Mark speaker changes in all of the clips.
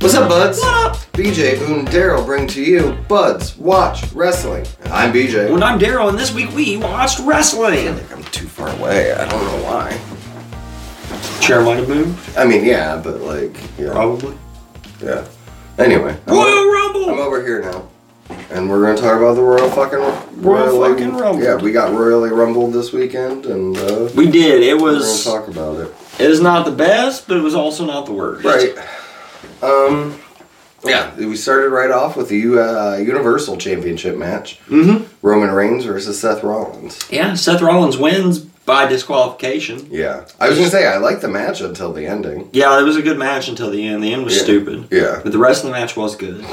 Speaker 1: What's up, buds? What up? BJ, Boone, and Daryl bring to you Buds Watch Wrestling. And I'm BJ.
Speaker 2: And I'm Daryl, and this week we watched
Speaker 1: I
Speaker 2: wrestling.
Speaker 1: think I'm too far away. I don't know why.
Speaker 2: Chair might have moved,
Speaker 1: I mean, yeah, but like, yeah,
Speaker 2: probably. Oh.
Speaker 1: yeah. Anyway, I'm,
Speaker 2: Royal
Speaker 1: I'm
Speaker 2: Rumble.
Speaker 1: over here now, and we're gonna talk about the Royal fucking
Speaker 2: Royal fucking Rumble.
Speaker 1: Yeah, we got royally rumbled this weekend, and uh,
Speaker 2: We did. It
Speaker 1: we're gonna
Speaker 2: was.
Speaker 1: talk about it.
Speaker 2: It was not the best, but it was also not the worst.
Speaker 1: Right. Um. Yeah, we started right off with the U- uh, Universal Championship match:
Speaker 2: Mm-hmm.
Speaker 1: Roman Reigns versus Seth Rollins.
Speaker 2: Yeah, Seth Rollins wins by disqualification.
Speaker 1: Yeah, I was gonna say I liked the match until the ending.
Speaker 2: Yeah, it was a good match until the end. The end was
Speaker 1: Yeah.
Speaker 2: stupid,
Speaker 1: Yeah,
Speaker 2: but the rest of the match was good.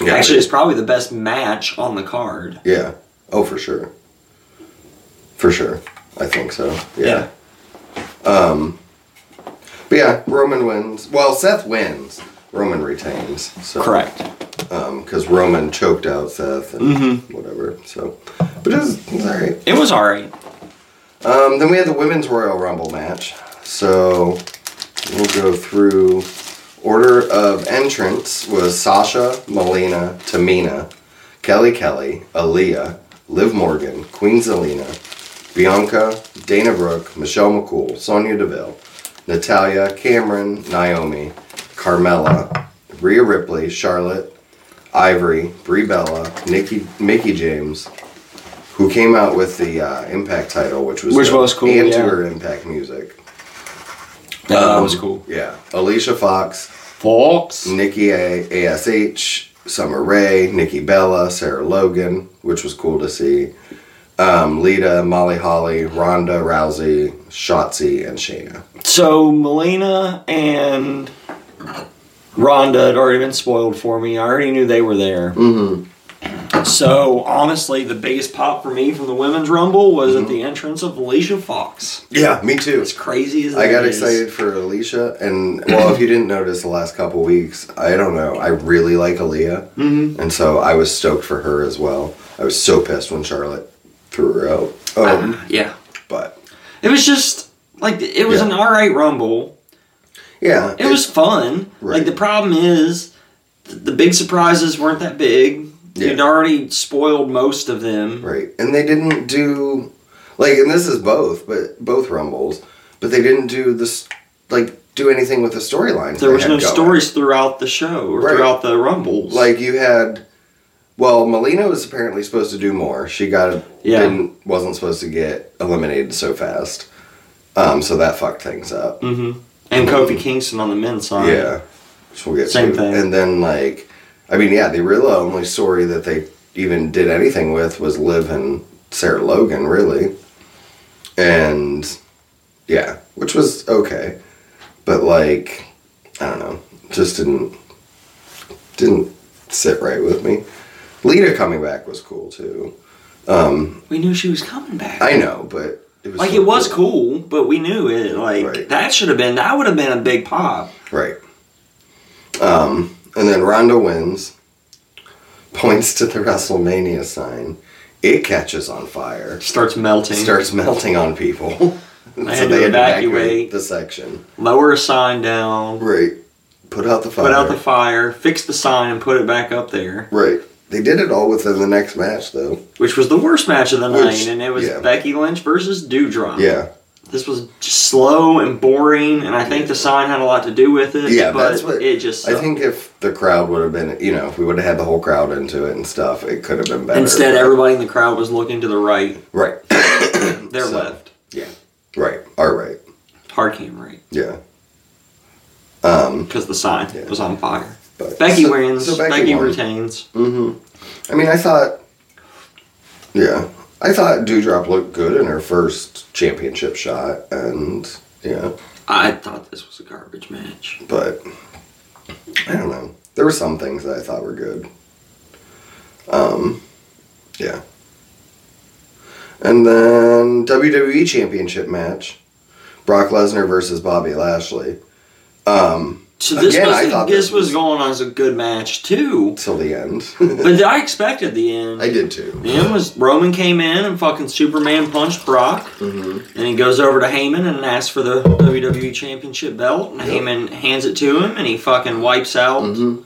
Speaker 1: yeah
Speaker 2: Actually, it's probably the best match on the card.
Speaker 1: yeah. Oh, for sure, for sure. I think so. Yeah. Um. But yeah, Roman wins. Well, Seth wins. Roman retains. So,
Speaker 2: Correct.
Speaker 1: Um, because Roman choked out Seth and
Speaker 2: Mm-hmm.
Speaker 1: whatever. So, but it was, it was all right.
Speaker 2: It was alright.
Speaker 1: Um, then we had the women's Royal Rumble match. So we'll go through order of entrance was Sasha, Melina, Tamina, Kelly Kelly, Aaliyah, Liv Morgan, Queen Zelina, Bianca, Dana Brooke, Michelle McCool, Sonia Deville, Natalia, Cameron, Naomi, Carmella, Rhea Ripley, Charlotte, Ivory, Brie Bella, Nikki, Mickey James, who came out with the uh, Impact title, which was
Speaker 2: Which
Speaker 1: dope,
Speaker 2: was cool,
Speaker 1: and to
Speaker 2: yeah.
Speaker 1: her Impact music.
Speaker 2: Yeah, that
Speaker 1: Um,
Speaker 2: was cool.
Speaker 1: Yeah, Alicia Fox,
Speaker 2: Fox.
Speaker 1: Nikki A- Ash, Summer Rae, Nikki Bella, Sarah Logan, which was cool to see. Um, Lita, Molly Holly, Ronda Rousey, Shotzi, and Shayna.
Speaker 2: So Melina and Rhonda had already been spoiled for me. I already knew they were there. Mm-hmm. So honestly, the biggest pop for me from the women's rumble was
Speaker 1: Mm-hmm.
Speaker 2: at the entrance of Alicia Fox.
Speaker 1: Yeah, me too.
Speaker 2: As crazy as
Speaker 1: I
Speaker 2: that
Speaker 1: got
Speaker 2: is.
Speaker 1: excited for Alicia, and well, if you didn't notice the last couple weeks, I don't know. I really like Aaliyah, mm-hmm. and so I was stoked for her as well. I was so pissed when Charlotte threw her out. Um,
Speaker 2: Yeah,
Speaker 1: but
Speaker 2: it was just like it was
Speaker 1: Yeah.
Speaker 2: an all right rumble.
Speaker 1: yeah,
Speaker 2: It was fun.
Speaker 1: Right.
Speaker 2: Like the problem is, th- the big surprises weren't that big.
Speaker 1: Yeah.
Speaker 2: You'd already spoiled most of them.
Speaker 1: Right. And they didn't do like and this is both, but both rumbles, but they didn't do this like do anything with the storylines.
Speaker 2: There
Speaker 1: they
Speaker 2: was
Speaker 1: had
Speaker 2: no
Speaker 1: going.
Speaker 2: stories throughout the show or
Speaker 1: Right.
Speaker 2: throughout the rumbles.
Speaker 1: Like you had well, Melina was apparently supposed to do more. She got
Speaker 2: Yeah.
Speaker 1: didn't wasn't supposed to get eliminated so fast. Um, so that fucked things up.
Speaker 2: Mm-hmm. and Kofi Kingston on the men's side.
Speaker 1: Yeah. Which we'll get
Speaker 2: Same
Speaker 1: to.
Speaker 2: thing.
Speaker 1: And then like I mean, yeah, the real only story that they even did anything with was Liv and Sarah Logan, really. And yeah, which was okay. But like I don't know. Just didn't didn't sit right with me. Lita coming back was cool too.
Speaker 2: we knew she was coming back.
Speaker 1: I know, but it was
Speaker 2: like
Speaker 1: so
Speaker 2: it was cool, but we knew it. Like
Speaker 1: Right.
Speaker 2: that should have been that would have been a big pop.
Speaker 1: Right. Um, and then Ronda wins, points to the WrestleMania sign. It catches on fire,
Speaker 2: Starts melting.
Speaker 1: starts melting on people. so
Speaker 2: They had to evacuate.
Speaker 1: the section.
Speaker 2: Lower a sign down.
Speaker 1: Right. Put out the fire.
Speaker 2: Put out the fire. Fix the sign and put it back up there.
Speaker 1: right. They did it all within the next match, though.
Speaker 2: Which was the worst match of the
Speaker 1: Which-
Speaker 2: night, and it was
Speaker 1: yeah.
Speaker 2: Becky Lynch versus Dewdrop.
Speaker 1: Yeah.
Speaker 2: This was just slow and boring, and I think the sign had a lot to do with it.
Speaker 1: Yeah,
Speaker 2: but
Speaker 1: that's what
Speaker 2: it just.
Speaker 1: I
Speaker 2: sucked.
Speaker 1: think if the crowd would have been, you know, if we would have had the whole crowd into it and stuff, it could have been better.
Speaker 2: Instead,
Speaker 1: but-
Speaker 2: everybody in the crowd was looking to the right,
Speaker 1: right,
Speaker 2: their
Speaker 1: So-
Speaker 2: left,
Speaker 1: right, all right,
Speaker 2: hard came right
Speaker 1: yeah. Um,
Speaker 2: because the sign
Speaker 1: Yeah.
Speaker 2: was on fire.
Speaker 1: but
Speaker 2: Becky
Speaker 1: so-
Speaker 2: wins.
Speaker 1: so
Speaker 2: Becky,
Speaker 1: won.
Speaker 2: retains.
Speaker 1: Mm-hmm. I mean, I thought, yeah, I thought Dewdrop looked good in her first championship shot, and yeah,
Speaker 2: I thought this was a garbage match.
Speaker 1: but I don't know. There were some things that I thought were good. Um, yeah. And then E WWE Championship match, Brock Lesnar versus Bobby Lashley. Um,
Speaker 2: So this
Speaker 1: Again, I
Speaker 2: was
Speaker 1: thought
Speaker 2: this
Speaker 1: this
Speaker 2: was
Speaker 1: was-
Speaker 2: going on as a good match too.
Speaker 1: till the end.
Speaker 2: But I expected the end.
Speaker 1: I did too.
Speaker 2: The end was Roman came in and fucking Superman punched Brock,
Speaker 1: Mm-hmm.
Speaker 2: and he goes over to Heyman and asks for the WWE Championship belt, and Heyman hands it to him, and he fucking wipes out
Speaker 1: Mm-hmm.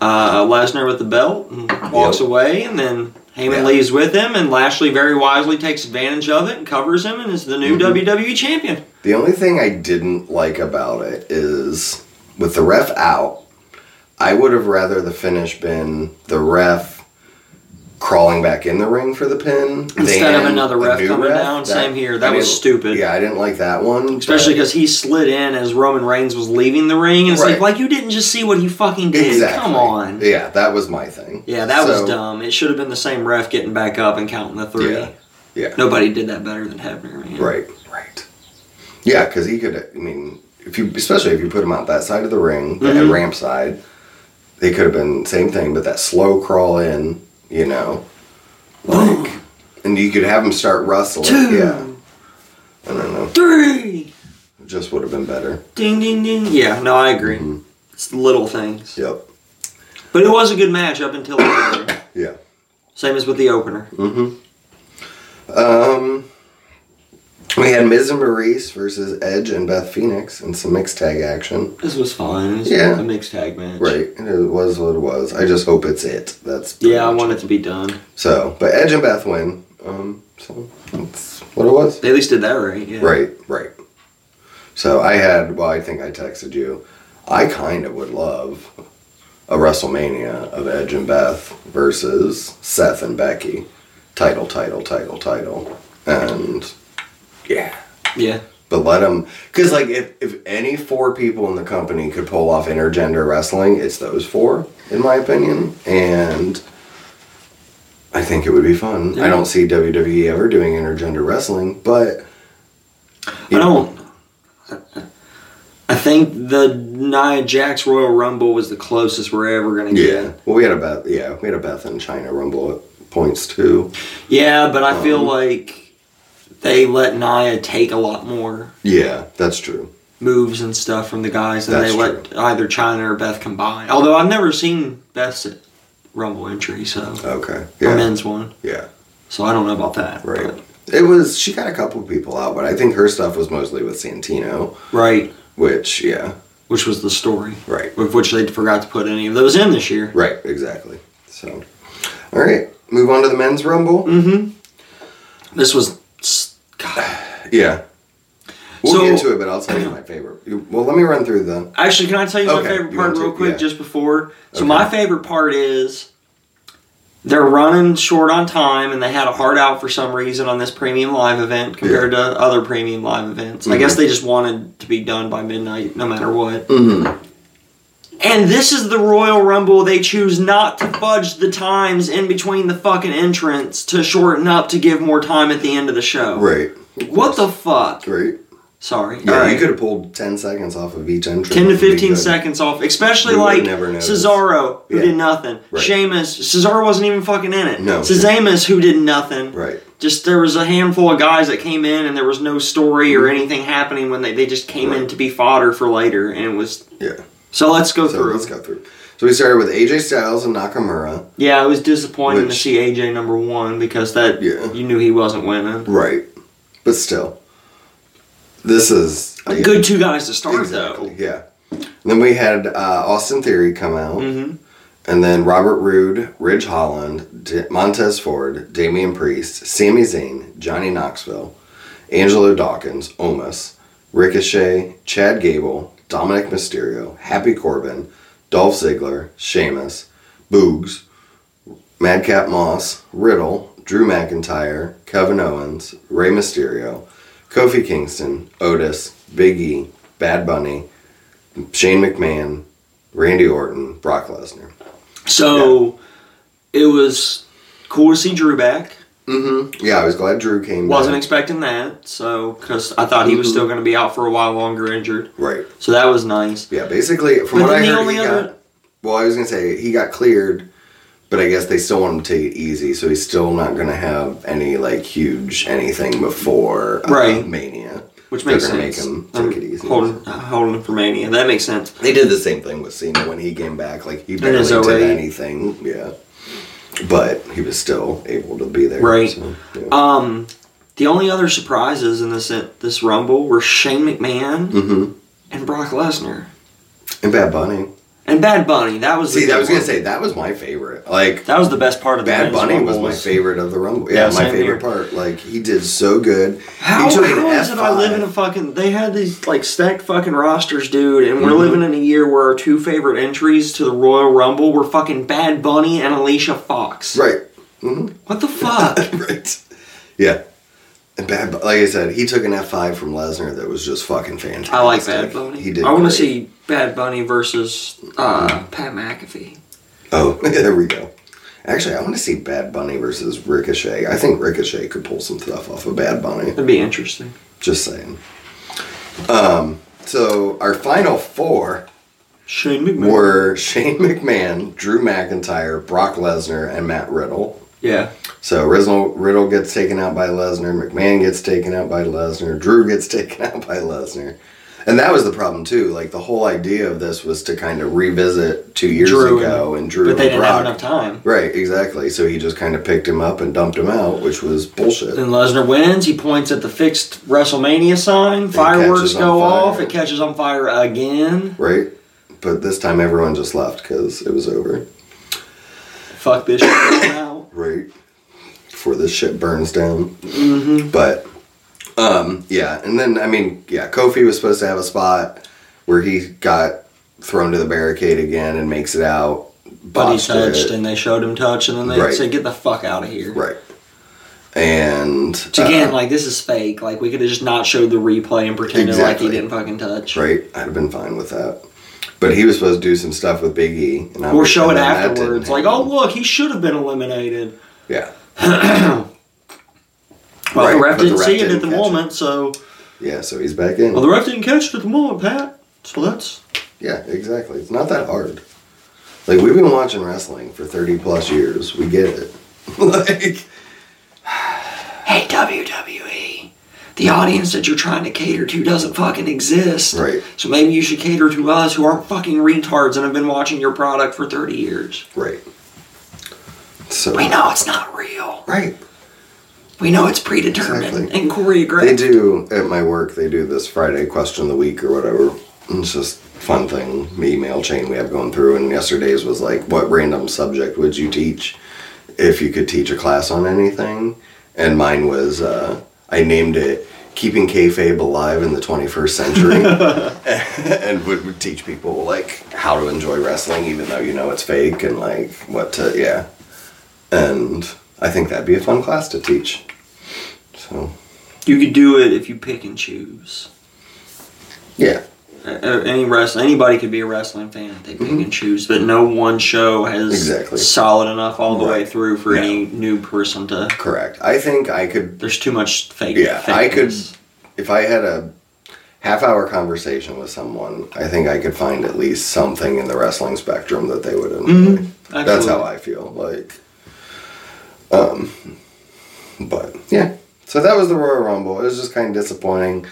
Speaker 2: uh, Lesnar with the belt and walks
Speaker 1: Yep.
Speaker 2: away, and then Heyman
Speaker 1: Yeah.
Speaker 2: leaves with him, and Lashley very wisely takes advantage of it and covers him, and is the
Speaker 1: Mm-hmm.
Speaker 2: new WWE Champion.
Speaker 1: The only thing I didn't like about it is with the ref out, I would have rather the finish been the ref crawling back in the ring for the pin
Speaker 2: Instead of
Speaker 1: than
Speaker 2: another
Speaker 1: a
Speaker 2: ref
Speaker 1: new
Speaker 2: coming down, same here. That
Speaker 1: I
Speaker 2: was
Speaker 1: didn't-
Speaker 2: stupid.
Speaker 1: Yeah, I didn't like that one.
Speaker 2: Especially
Speaker 1: but-
Speaker 2: because he slid in as Roman Reigns was leaving the ring, and it's like,
Speaker 1: Right.
Speaker 2: like you didn't just see what he fucking did.
Speaker 1: exactly.
Speaker 2: Come on.
Speaker 1: Yeah, that was my thing.
Speaker 2: Yeah, that
Speaker 1: So,
Speaker 2: was dumb. It should have been the same ref getting back up and counting the three.
Speaker 1: Yeah. Yeah.
Speaker 2: Nobody did that better than Hebner, man.
Speaker 1: Right, right. Yeah, because he could. I mean, if you, especially if you put him out that side of the ring, that
Speaker 2: Mhm.
Speaker 1: ramp side, they could have been same thing. But that slow crawl in, you know, like, and you could have him start rustling.
Speaker 2: Two.
Speaker 1: Yeah, I don't know.
Speaker 2: Three.
Speaker 1: It just would have been better.
Speaker 2: Ding, ding, ding. Yeah, no, I agree.
Speaker 1: Mm-hmm.
Speaker 2: It's the little things.
Speaker 1: Yep.
Speaker 2: But it was a good match up until the opener.
Speaker 1: Yeah.
Speaker 2: Same as with the opener.
Speaker 1: Mm-hmm. Um, we had Miz and Maurice versus Edge and Beth Phoenix in some mixed tag action.
Speaker 2: This was fine. It was
Speaker 1: Yeah.
Speaker 2: a mixed tag match.
Speaker 1: Right. It was what it was. I just hope it's it. That's pretty
Speaker 2: Yeah, I
Speaker 1: much
Speaker 2: want it to be done.
Speaker 1: So, but Edge and Beth win. Um, so that's what it was.
Speaker 2: They at least did that right. Yeah.
Speaker 1: Right, right. So I had, well, I think I texted you. I kind of would love a WrestleMania of Edge and Beth versus Seth and Becky. Title, title, title, title. And yeah.
Speaker 2: Yeah.
Speaker 1: But let them, because like if, if any four people in the company could pull off intergender wrestling, it's those four, in my opinion. And I think it would be fun. I
Speaker 2: Yeah.
Speaker 1: don't see WWE ever doing intergender wrestling, but
Speaker 2: I don't. I think the Nia Jax Royal Rumble was the closest we're ever going to
Speaker 1: Yeah.
Speaker 2: get.
Speaker 1: Well, we had a Beth. Yeah, we had a Beth and China Rumble at points too.
Speaker 2: Yeah, but I
Speaker 1: Um,
Speaker 2: feel like they let Nia take a lot more
Speaker 1: Yeah, that's true.
Speaker 2: moves and stuff from the guys than
Speaker 1: That's
Speaker 2: they let either China or Beth combine. Although I've never seen Beth's Rumble entry, so
Speaker 1: Okay.
Speaker 2: or
Speaker 1: Yeah.
Speaker 2: men's one,
Speaker 1: Yeah.
Speaker 2: so I don't know about that.
Speaker 1: Right. It was. She got a couple people out, but I think her stuff was mostly with Santino.
Speaker 2: but- right,
Speaker 1: Which, yeah.
Speaker 2: which was the story,
Speaker 1: Right.
Speaker 2: of which they forgot to put any of those in this year.
Speaker 1: Right, exactly. So, all right, move on to the men's rumble.
Speaker 2: Mm-hmm. This was s- God.
Speaker 1: Yeah, we'll
Speaker 2: So-
Speaker 1: get into it, but I'll tell you my favorite. You- Well, let me run through the.
Speaker 2: Actually, can I tell you
Speaker 1: Okay,
Speaker 2: my favorite
Speaker 1: you
Speaker 2: part
Speaker 1: want to?
Speaker 2: real quick
Speaker 1: Yeah.
Speaker 2: just before? So
Speaker 1: Okay.
Speaker 2: my favorite part is they're running short on time and they had a hard out for some reason on this premium live event compared to other premium live events. I guess they just wanted to be done by midnight no matter what.
Speaker 1: Mm-hmm.
Speaker 2: And this is the Royal Rumble. They choose not to fudge the times in between the fucking entrance to shorten up to give more time at the end of the show.
Speaker 1: Right,
Speaker 2: What the fuck?
Speaker 1: right.
Speaker 2: Sorry.
Speaker 1: Yeah,
Speaker 2: All right.
Speaker 1: you could have pulled ten seconds off of each entrance.
Speaker 2: 10 to
Speaker 1: It'd be
Speaker 2: 15
Speaker 1: good.
Speaker 2: seconds off, especially
Speaker 1: We would
Speaker 2: like
Speaker 1: never notice.
Speaker 2: Cesaro, who
Speaker 1: Yeah.
Speaker 2: did nothing.
Speaker 1: Right.
Speaker 2: Sheamus, Cesaro wasn't even fucking in it.
Speaker 1: No.
Speaker 2: Cesamus, who did nothing.
Speaker 1: Right,
Speaker 2: Just there was a handful of guys that came in and there was no story or anything happening when they, they just came in
Speaker 1: Mm-hmm. Right.
Speaker 2: to be fodder for later. And it was.
Speaker 1: yeah.
Speaker 2: So let's go
Speaker 1: So
Speaker 2: through.
Speaker 1: let's go through. So we started with AJ Styles and Nakamura.
Speaker 2: Yeah, it was disappointing to
Speaker 1: Which-
Speaker 2: see AJ number one because that
Speaker 1: Yeah.
Speaker 2: you knew he wasn't winning.
Speaker 1: Right, but still, this is I-
Speaker 2: Good two guys to start
Speaker 1: Exactly. Yeah. Then we had uh, Austin Theory come out.
Speaker 2: though. hmm
Speaker 1: And then Robert Roode, Ridge Holland, D- Montez Ford, Damian Priest, Sami Zayn, Johnny Knoxville, Angelo Dawkins, Omus, Ricochet, Chad Gable, Dominic Mysterio, Happy Corbin, Dolph Ziggler, Sheamus, Boogs, Madcap Moss, Riddle, Drew McIntyre, Kevin Owens, Rey Mysterio, Kofi Kingston, Otis, Big E, Bad Bunny, Shane McMahon, Randy Orton, Brock Lesnar.
Speaker 2: So it was cool to see Drew back.
Speaker 1: Mm-hmm. Yeah, I was glad Drew came.
Speaker 2: Wasn't
Speaker 1: back.
Speaker 2: expecting that, so because I thought he was still
Speaker 1: Mm-hmm.
Speaker 2: going to be out for a while longer, injured.
Speaker 1: right.
Speaker 2: So that was nice.
Speaker 1: Yeah, basically, from
Speaker 2: But
Speaker 1: what I
Speaker 2: then the
Speaker 1: heard,
Speaker 2: only
Speaker 1: he
Speaker 2: other-
Speaker 1: got. Well, I was gonna say he got cleared, but I guess they still want him to take it easy, so he's still not gonna have any like huge anything before uh,
Speaker 2: Right.
Speaker 1: Mania.
Speaker 2: Which makes
Speaker 1: They're gonna
Speaker 2: sense. Um,
Speaker 1: make 'em
Speaker 2: I'm
Speaker 1: take it easy.
Speaker 2: Holding, holding it for Mania. That makes sense.
Speaker 1: They did the same thing with Cena when he came back. Like he barely
Speaker 2: his
Speaker 1: did
Speaker 2: 08.
Speaker 1: anything. Yeah. But he was still able to be there.
Speaker 2: Right.
Speaker 1: so, yeah.
Speaker 2: Um, the only other surprises in this this Rumble were Shane McMahon
Speaker 1: Mm-hmm.
Speaker 2: and Brock Lesnar
Speaker 1: and Bad Bunny.
Speaker 2: and Bad Bunny. That was the
Speaker 1: See, I
Speaker 2: good
Speaker 1: was gonna
Speaker 2: one.
Speaker 1: say that was my favorite. Like
Speaker 2: that was the best part of the
Speaker 1: Bad
Speaker 2: men's
Speaker 1: Bunny was my
Speaker 2: Rumbles.
Speaker 1: favorite of the Rumble.
Speaker 2: Yeah,
Speaker 1: Yeah, my
Speaker 2: same
Speaker 1: favorite
Speaker 2: here.
Speaker 1: part. Like he did so good.
Speaker 2: How,
Speaker 1: he
Speaker 2: how
Speaker 1: took an
Speaker 2: is it I
Speaker 1: F5.
Speaker 2: live in a fucking? They had these like stacked fucking rosters, dude, and
Speaker 1: Mm-hmm.
Speaker 2: we're living in a year where our two favorite entries to the Royal Rumble were fucking Bad Bunny and Alicia Fox.
Speaker 1: right,
Speaker 2: What the fuck?
Speaker 1: right, yeah. And Bad, Bu- like I said, he took an F five from Lesnar that was just fucking fantastic.
Speaker 2: I like Bad Bunny.
Speaker 1: He did.
Speaker 2: I want to
Speaker 1: great.
Speaker 2: see Bad Bunny versus uh, Pat McAfee.
Speaker 1: Oh, there we go. Actually, I want to see Bad Bunny versus Ricochet. I think Ricochet could pull some stuff off of Bad Bunny.
Speaker 2: That'd be interesting.
Speaker 1: Just saying. Um, so our final four
Speaker 2: Shane McMahon.
Speaker 1: were Shane McMahon, Drew McIntyre, Brock Lesnar, and Matt Riddle.
Speaker 2: Yeah.
Speaker 1: So Riddle, Riddle gets taken out by Lesnar, McMahon gets taken out by Lesnar, Drew gets taken out by Lesnar. And that was the problem too. Like the whole idea of this was to kind of revisit two years
Speaker 2: Drew
Speaker 1: ago and, Drew
Speaker 2: But
Speaker 1: and
Speaker 2: they didn't
Speaker 1: Brock.
Speaker 2: have enough time.
Speaker 1: Right, exactly. So he just kind of picked him up and dumped him out, which was bullshit.
Speaker 2: Then Lesnar wins. He points at the fixed WrestleMania sign. Fireworks
Speaker 1: catches on
Speaker 2: go
Speaker 1: fire.
Speaker 2: off. It catches on fire again.
Speaker 1: Right? But this time everyone just left because it was over.
Speaker 2: Fuck this shit out.
Speaker 1: Right. Before this shit burns down.
Speaker 2: Mm-hmm.
Speaker 1: But, um, yeah. And then, I mean, yeah, Kofi was supposed to have a spot where he got thrown to the barricade again and makes it out.
Speaker 2: But he
Speaker 1: botched
Speaker 2: touched,
Speaker 1: it.
Speaker 2: and they showed him touch, and then they
Speaker 1: Right.
Speaker 2: said, "Get the fuck out of here."
Speaker 1: Right. And.
Speaker 2: Which again,
Speaker 1: uh,
Speaker 2: like this is fake. Like we could have just not showed the replay and pretended like
Speaker 1: Exactly.
Speaker 2: he didn't fucking touch.
Speaker 1: Right. I'd have been fine with that. But he was supposed to do some stuff with Big E. And I
Speaker 2: Or
Speaker 1: was-
Speaker 2: show
Speaker 1: and
Speaker 2: it
Speaker 1: then that didn't
Speaker 2: afterwards, like,
Speaker 1: happen.
Speaker 2: "Oh look, he should have been eliminated."
Speaker 1: Yeah.
Speaker 2: Well, the
Speaker 1: Right,
Speaker 2: ref
Speaker 1: but the
Speaker 2: didn't
Speaker 1: ref
Speaker 2: see it
Speaker 1: didn't
Speaker 2: at the
Speaker 1: catch it.
Speaker 2: moment, so
Speaker 1: Yeah, so he's back in.
Speaker 2: well, the ref didn't catch it at the moment, Pat. So that's
Speaker 1: yeah, exactly. It's not that hard. Like we've been watching wrestling for 30 plus years. We get it. like
Speaker 2: hey WWE, the audience that you're trying to cater to doesn't fucking exist.
Speaker 1: Right.
Speaker 2: So maybe you should cater to us who aren't fucking retards and have been watching your product for 30 years.
Speaker 1: right. So
Speaker 2: We know it's not real.
Speaker 1: right.
Speaker 2: We know it's predetermined
Speaker 1: Exactly.
Speaker 2: and choreographed.
Speaker 1: They do at my work, they do this Friday question of the week or whatever. It's just fun thing, email chain we have going through and yesterday's was like what random subject would you teach if you could teach a class on anything? And mine was uh, I named it Keeping Kayfabe Alive in the 21st Century and would, would teach people like how to enjoy wrestling even though you know it's fake and like what to yeah. And I think that'd be a fun class to teach. So
Speaker 2: You could do it if you pick and choose.
Speaker 1: yeah.
Speaker 2: Uh, uh, Any wrestling, anybody could be a wrestling fan if they pick and choose, but no one show has
Speaker 1: Mm-hmm. Exactly.
Speaker 2: solid enough all the way
Speaker 1: Right.
Speaker 2: through for
Speaker 1: No.
Speaker 2: any new person to.
Speaker 1: Correct. I think I could,
Speaker 2: There's too much fake.
Speaker 1: Yeah, I could-
Speaker 2: fakeness.
Speaker 1: if I had a half hour conversation with someone, I think I could find at least something in the wrestling spectrum that they would enjoy.
Speaker 2: Mm-hmm.
Speaker 1: That's how I feel. Like, um, but yeah. So that was the Royal Rumble. It was just kind of disappointing.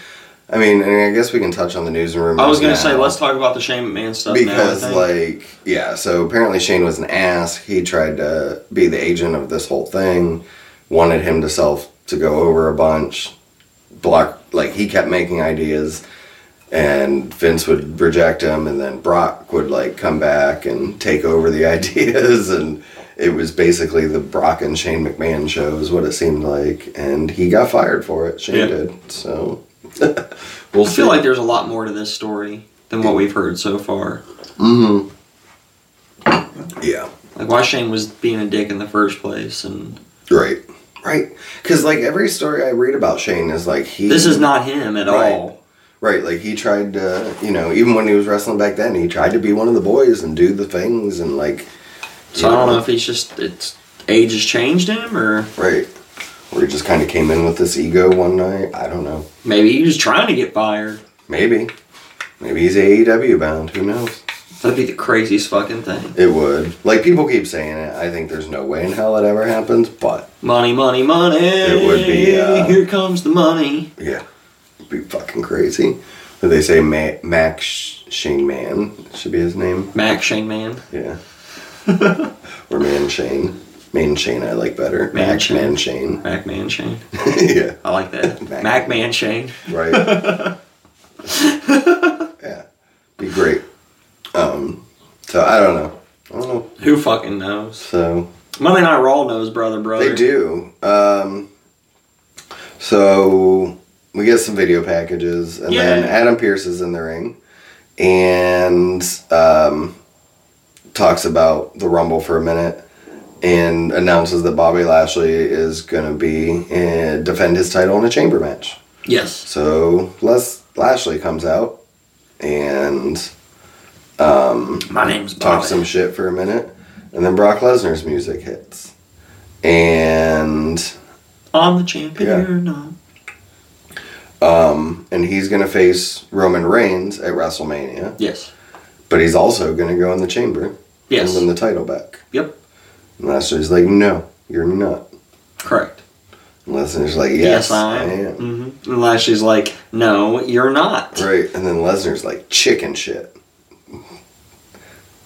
Speaker 1: I mean, and I guess we can touch on the news and rumors.
Speaker 2: I was gonna say
Speaker 1: now.
Speaker 2: let's talk about the Shane McMahon stuff
Speaker 1: because
Speaker 2: now. I think.
Speaker 1: like yeah so apparently shane was an ass he tried to be the agent of this whole thing wanted him to self to go over a bunch block like he kept making ideas and vince would reject him and then brock would like come back and take over the ideas and it was basically the brock and shane mcmahon show is what it seemed like and he got fired for it shane
Speaker 2: Yeah.
Speaker 1: did so we'll
Speaker 2: I
Speaker 1: see
Speaker 2: feel like there's a lot more to this story than what we've heard so far.
Speaker 1: yeah
Speaker 2: Like why Shane was being a dick in the first place, and
Speaker 1: Right. Right. Because like every story I read about Shane is like he.
Speaker 2: this is not him at
Speaker 1: Right.
Speaker 2: all.
Speaker 1: Right. Like he tried to, you know, even when he was wrestling back then, he tried to be one of the boys and do the things and like.
Speaker 2: So I don't know if he's just it's age has changed him or.
Speaker 1: Right. Or he just kind of came in with this ego one night. I don't know.
Speaker 2: Maybe he was trying to get fired.
Speaker 1: Maybe. Maybe he's AEW bound. Who knows?
Speaker 2: That'd be the craziest fucking thing.
Speaker 1: It would. Like people keep saying it. I think there's no way in hell it ever happens, but
Speaker 2: Money, money, money.
Speaker 1: It would be, uh,
Speaker 2: Here comes the money.
Speaker 1: yeah. would be fucking crazy. But they say Ma- Max Shane Man should be his name.
Speaker 2: Mac Shane Man.
Speaker 1: Yeah. or Man Shane. Man Shane I like better.
Speaker 2: Man
Speaker 1: Max
Speaker 2: Shane.
Speaker 1: Man Shane.
Speaker 2: Mac Man Shane.
Speaker 1: yeah.
Speaker 2: I like that.
Speaker 1: Mac-
Speaker 2: Mac Man Shane.
Speaker 1: Right. yeah. Be great. Um, so I don't know. I don't know.
Speaker 2: Who fucking knows?
Speaker 1: So
Speaker 2: Monday Night Raw knows, brother, brother.
Speaker 1: They do. Um, so we get some video packages, and then
Speaker 2: Yeah.
Speaker 1: Adam Pierce is in the ring, and um, talks about the Rumble for a minute, and announces that Bobby Lashley is going to be uh, defend his title in a chamber match.
Speaker 2: Yes.
Speaker 1: So Les Lashley comes out and
Speaker 2: My name's Bobby.
Speaker 1: talks some shit for a minute, and then Brock Lesnar's music hits, and.
Speaker 2: I'm the champion
Speaker 1: Yeah.
Speaker 2: or not.
Speaker 1: Um, and he's going to face Roman Reigns at WrestleMania,
Speaker 2: Yes.
Speaker 1: but he's also going to go in the chamber
Speaker 2: Yes.
Speaker 1: and win the title back.
Speaker 2: Yep.
Speaker 1: And Lesnar's like, no, you're not.
Speaker 2: Correct.
Speaker 1: And Lesnar's like, yes,
Speaker 2: Yes, I am. hmm And Lashley's like, no, you're not.
Speaker 1: Right. And then Lesnar's like, chicken shit.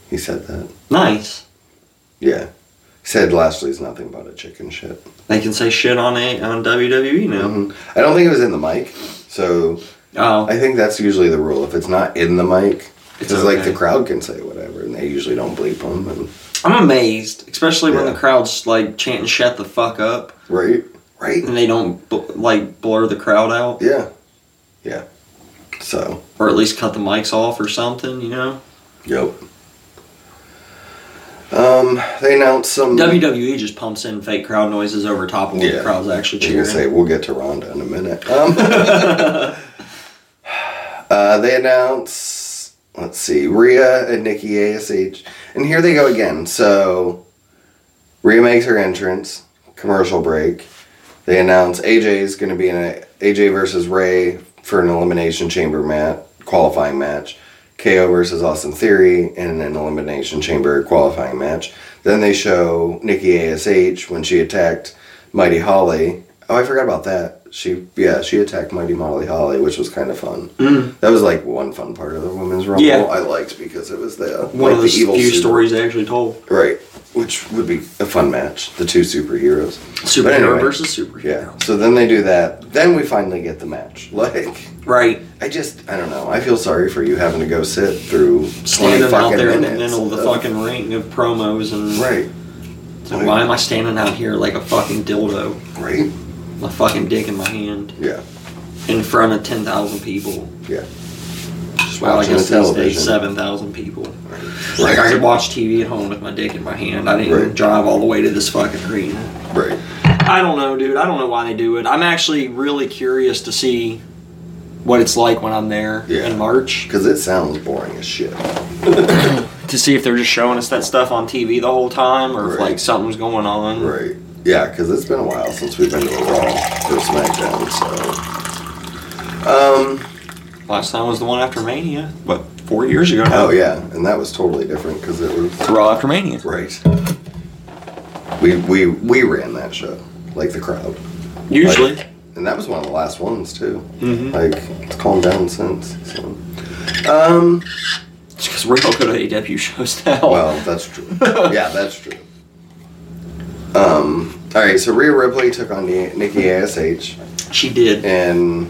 Speaker 1: He said that.
Speaker 2: Nice.
Speaker 1: Yeah. He said Lashley's nothing but a chicken shit. Mm-hmm.
Speaker 2: They can say shit on a on WWE now.
Speaker 1: I don't think it was in the mic, so
Speaker 2: Oh,
Speaker 1: I think that's usually the rule. If it's not in the mic,
Speaker 2: It's
Speaker 1: it's like
Speaker 2: okay.
Speaker 1: the crowd can say whatever, and they usually don't bleep them. And,
Speaker 2: I'm amazed, especially when
Speaker 1: Yeah.
Speaker 2: the crowd's like chanting "shut the fuck up"
Speaker 1: right? Right?
Speaker 2: and they don't bl- like blur the crowd out
Speaker 1: Yeah. Yeah. So,
Speaker 2: or at least cut the mics off or something. You know,
Speaker 1: yep. Um, they announced some.
Speaker 2: WWE E just pumps in fake crowd noises over top of what the
Speaker 1: Yeah.
Speaker 2: crowd's actually
Speaker 1: You can
Speaker 2: cheering.
Speaker 1: say we'll get to Ronda in a minute. Um, uh, they announce. Let's see, Rhea and Nikki Ash, and here they go again. So, Rhea makes her entrance. Commercial break. They announce AJ is going to be in a AJ versus Ray for an elimination chamber match qualifying match. KO versus Austin Theory in an elimination chamber qualifying match. Then they show Nikki Ash when she attacked Mighty Holly. Oh, I forgot about that. She yeah she attacked Mighty Molly Holly, which was kind of fun. That was like one fun part of the women's rumble.
Speaker 2: Mm. Yeah.
Speaker 1: I liked because it was the like
Speaker 2: One of the few
Speaker 1: super-
Speaker 2: stories they actually told:
Speaker 1: right? Which would be a fun match. The two superheroes.
Speaker 2: superhero
Speaker 1: But anyway,
Speaker 2: versus superhero.
Speaker 1: Yeah. So then they do that. Then we finally get the match. Like.
Speaker 2: Right,
Speaker 1: I just, I don't know. I feel sorry for you having to go sit through 20
Speaker 2: standing out
Speaker 1: fucking
Speaker 2: there in the
Speaker 1: minutes
Speaker 2: middle of the fucking ring of promos and
Speaker 1: Right,
Speaker 2: it's like, why am I standing out here like a fucking dildo,
Speaker 1: right?
Speaker 2: my fucking dick in my hand,
Speaker 1: Yeah,
Speaker 2: in front of ten thousand people?
Speaker 1: yeah. Just
Speaker 2: Well, I
Speaker 1: watching the
Speaker 2: guess
Speaker 1: television.
Speaker 2: these days, 7,000 people. Like, I could watch TV at home with my dick in my hand. I didn't
Speaker 1: Right.
Speaker 2: drive all the way to this fucking arena.
Speaker 1: Right.
Speaker 2: I don't know, dude. I don't know why they do it. I'm actually really curious to see what it's like when I'm there
Speaker 1: Yeah.
Speaker 2: in March
Speaker 1: Because it sounds boring as shit.
Speaker 2: to see if they're just showing us that stuff on TV the whole time or if,
Speaker 1: Right.
Speaker 2: like, something's going on.
Speaker 1: Right. Yeah, because it's been a while since we've been to a Raw or SmackDown, so. Um,
Speaker 2: Last time was the one after Mania. What, four years ago now?
Speaker 1: oh yeah, and that was totally different because it was.
Speaker 2: Raw after Mania.
Speaker 1: Right. We, we, we ran that show, like the crowd.
Speaker 2: Usually.
Speaker 1: Like, and that was one of the last ones too.
Speaker 2: Mm-hmm.
Speaker 1: Like it's calmed down since. So. Um.
Speaker 2: It's because we all go to AW shows now.
Speaker 1: Well, that's true. yeah, that's true. Um. All right. So Rhea Ripley took on Ni- Nikki Ash,
Speaker 2: she did.
Speaker 1: and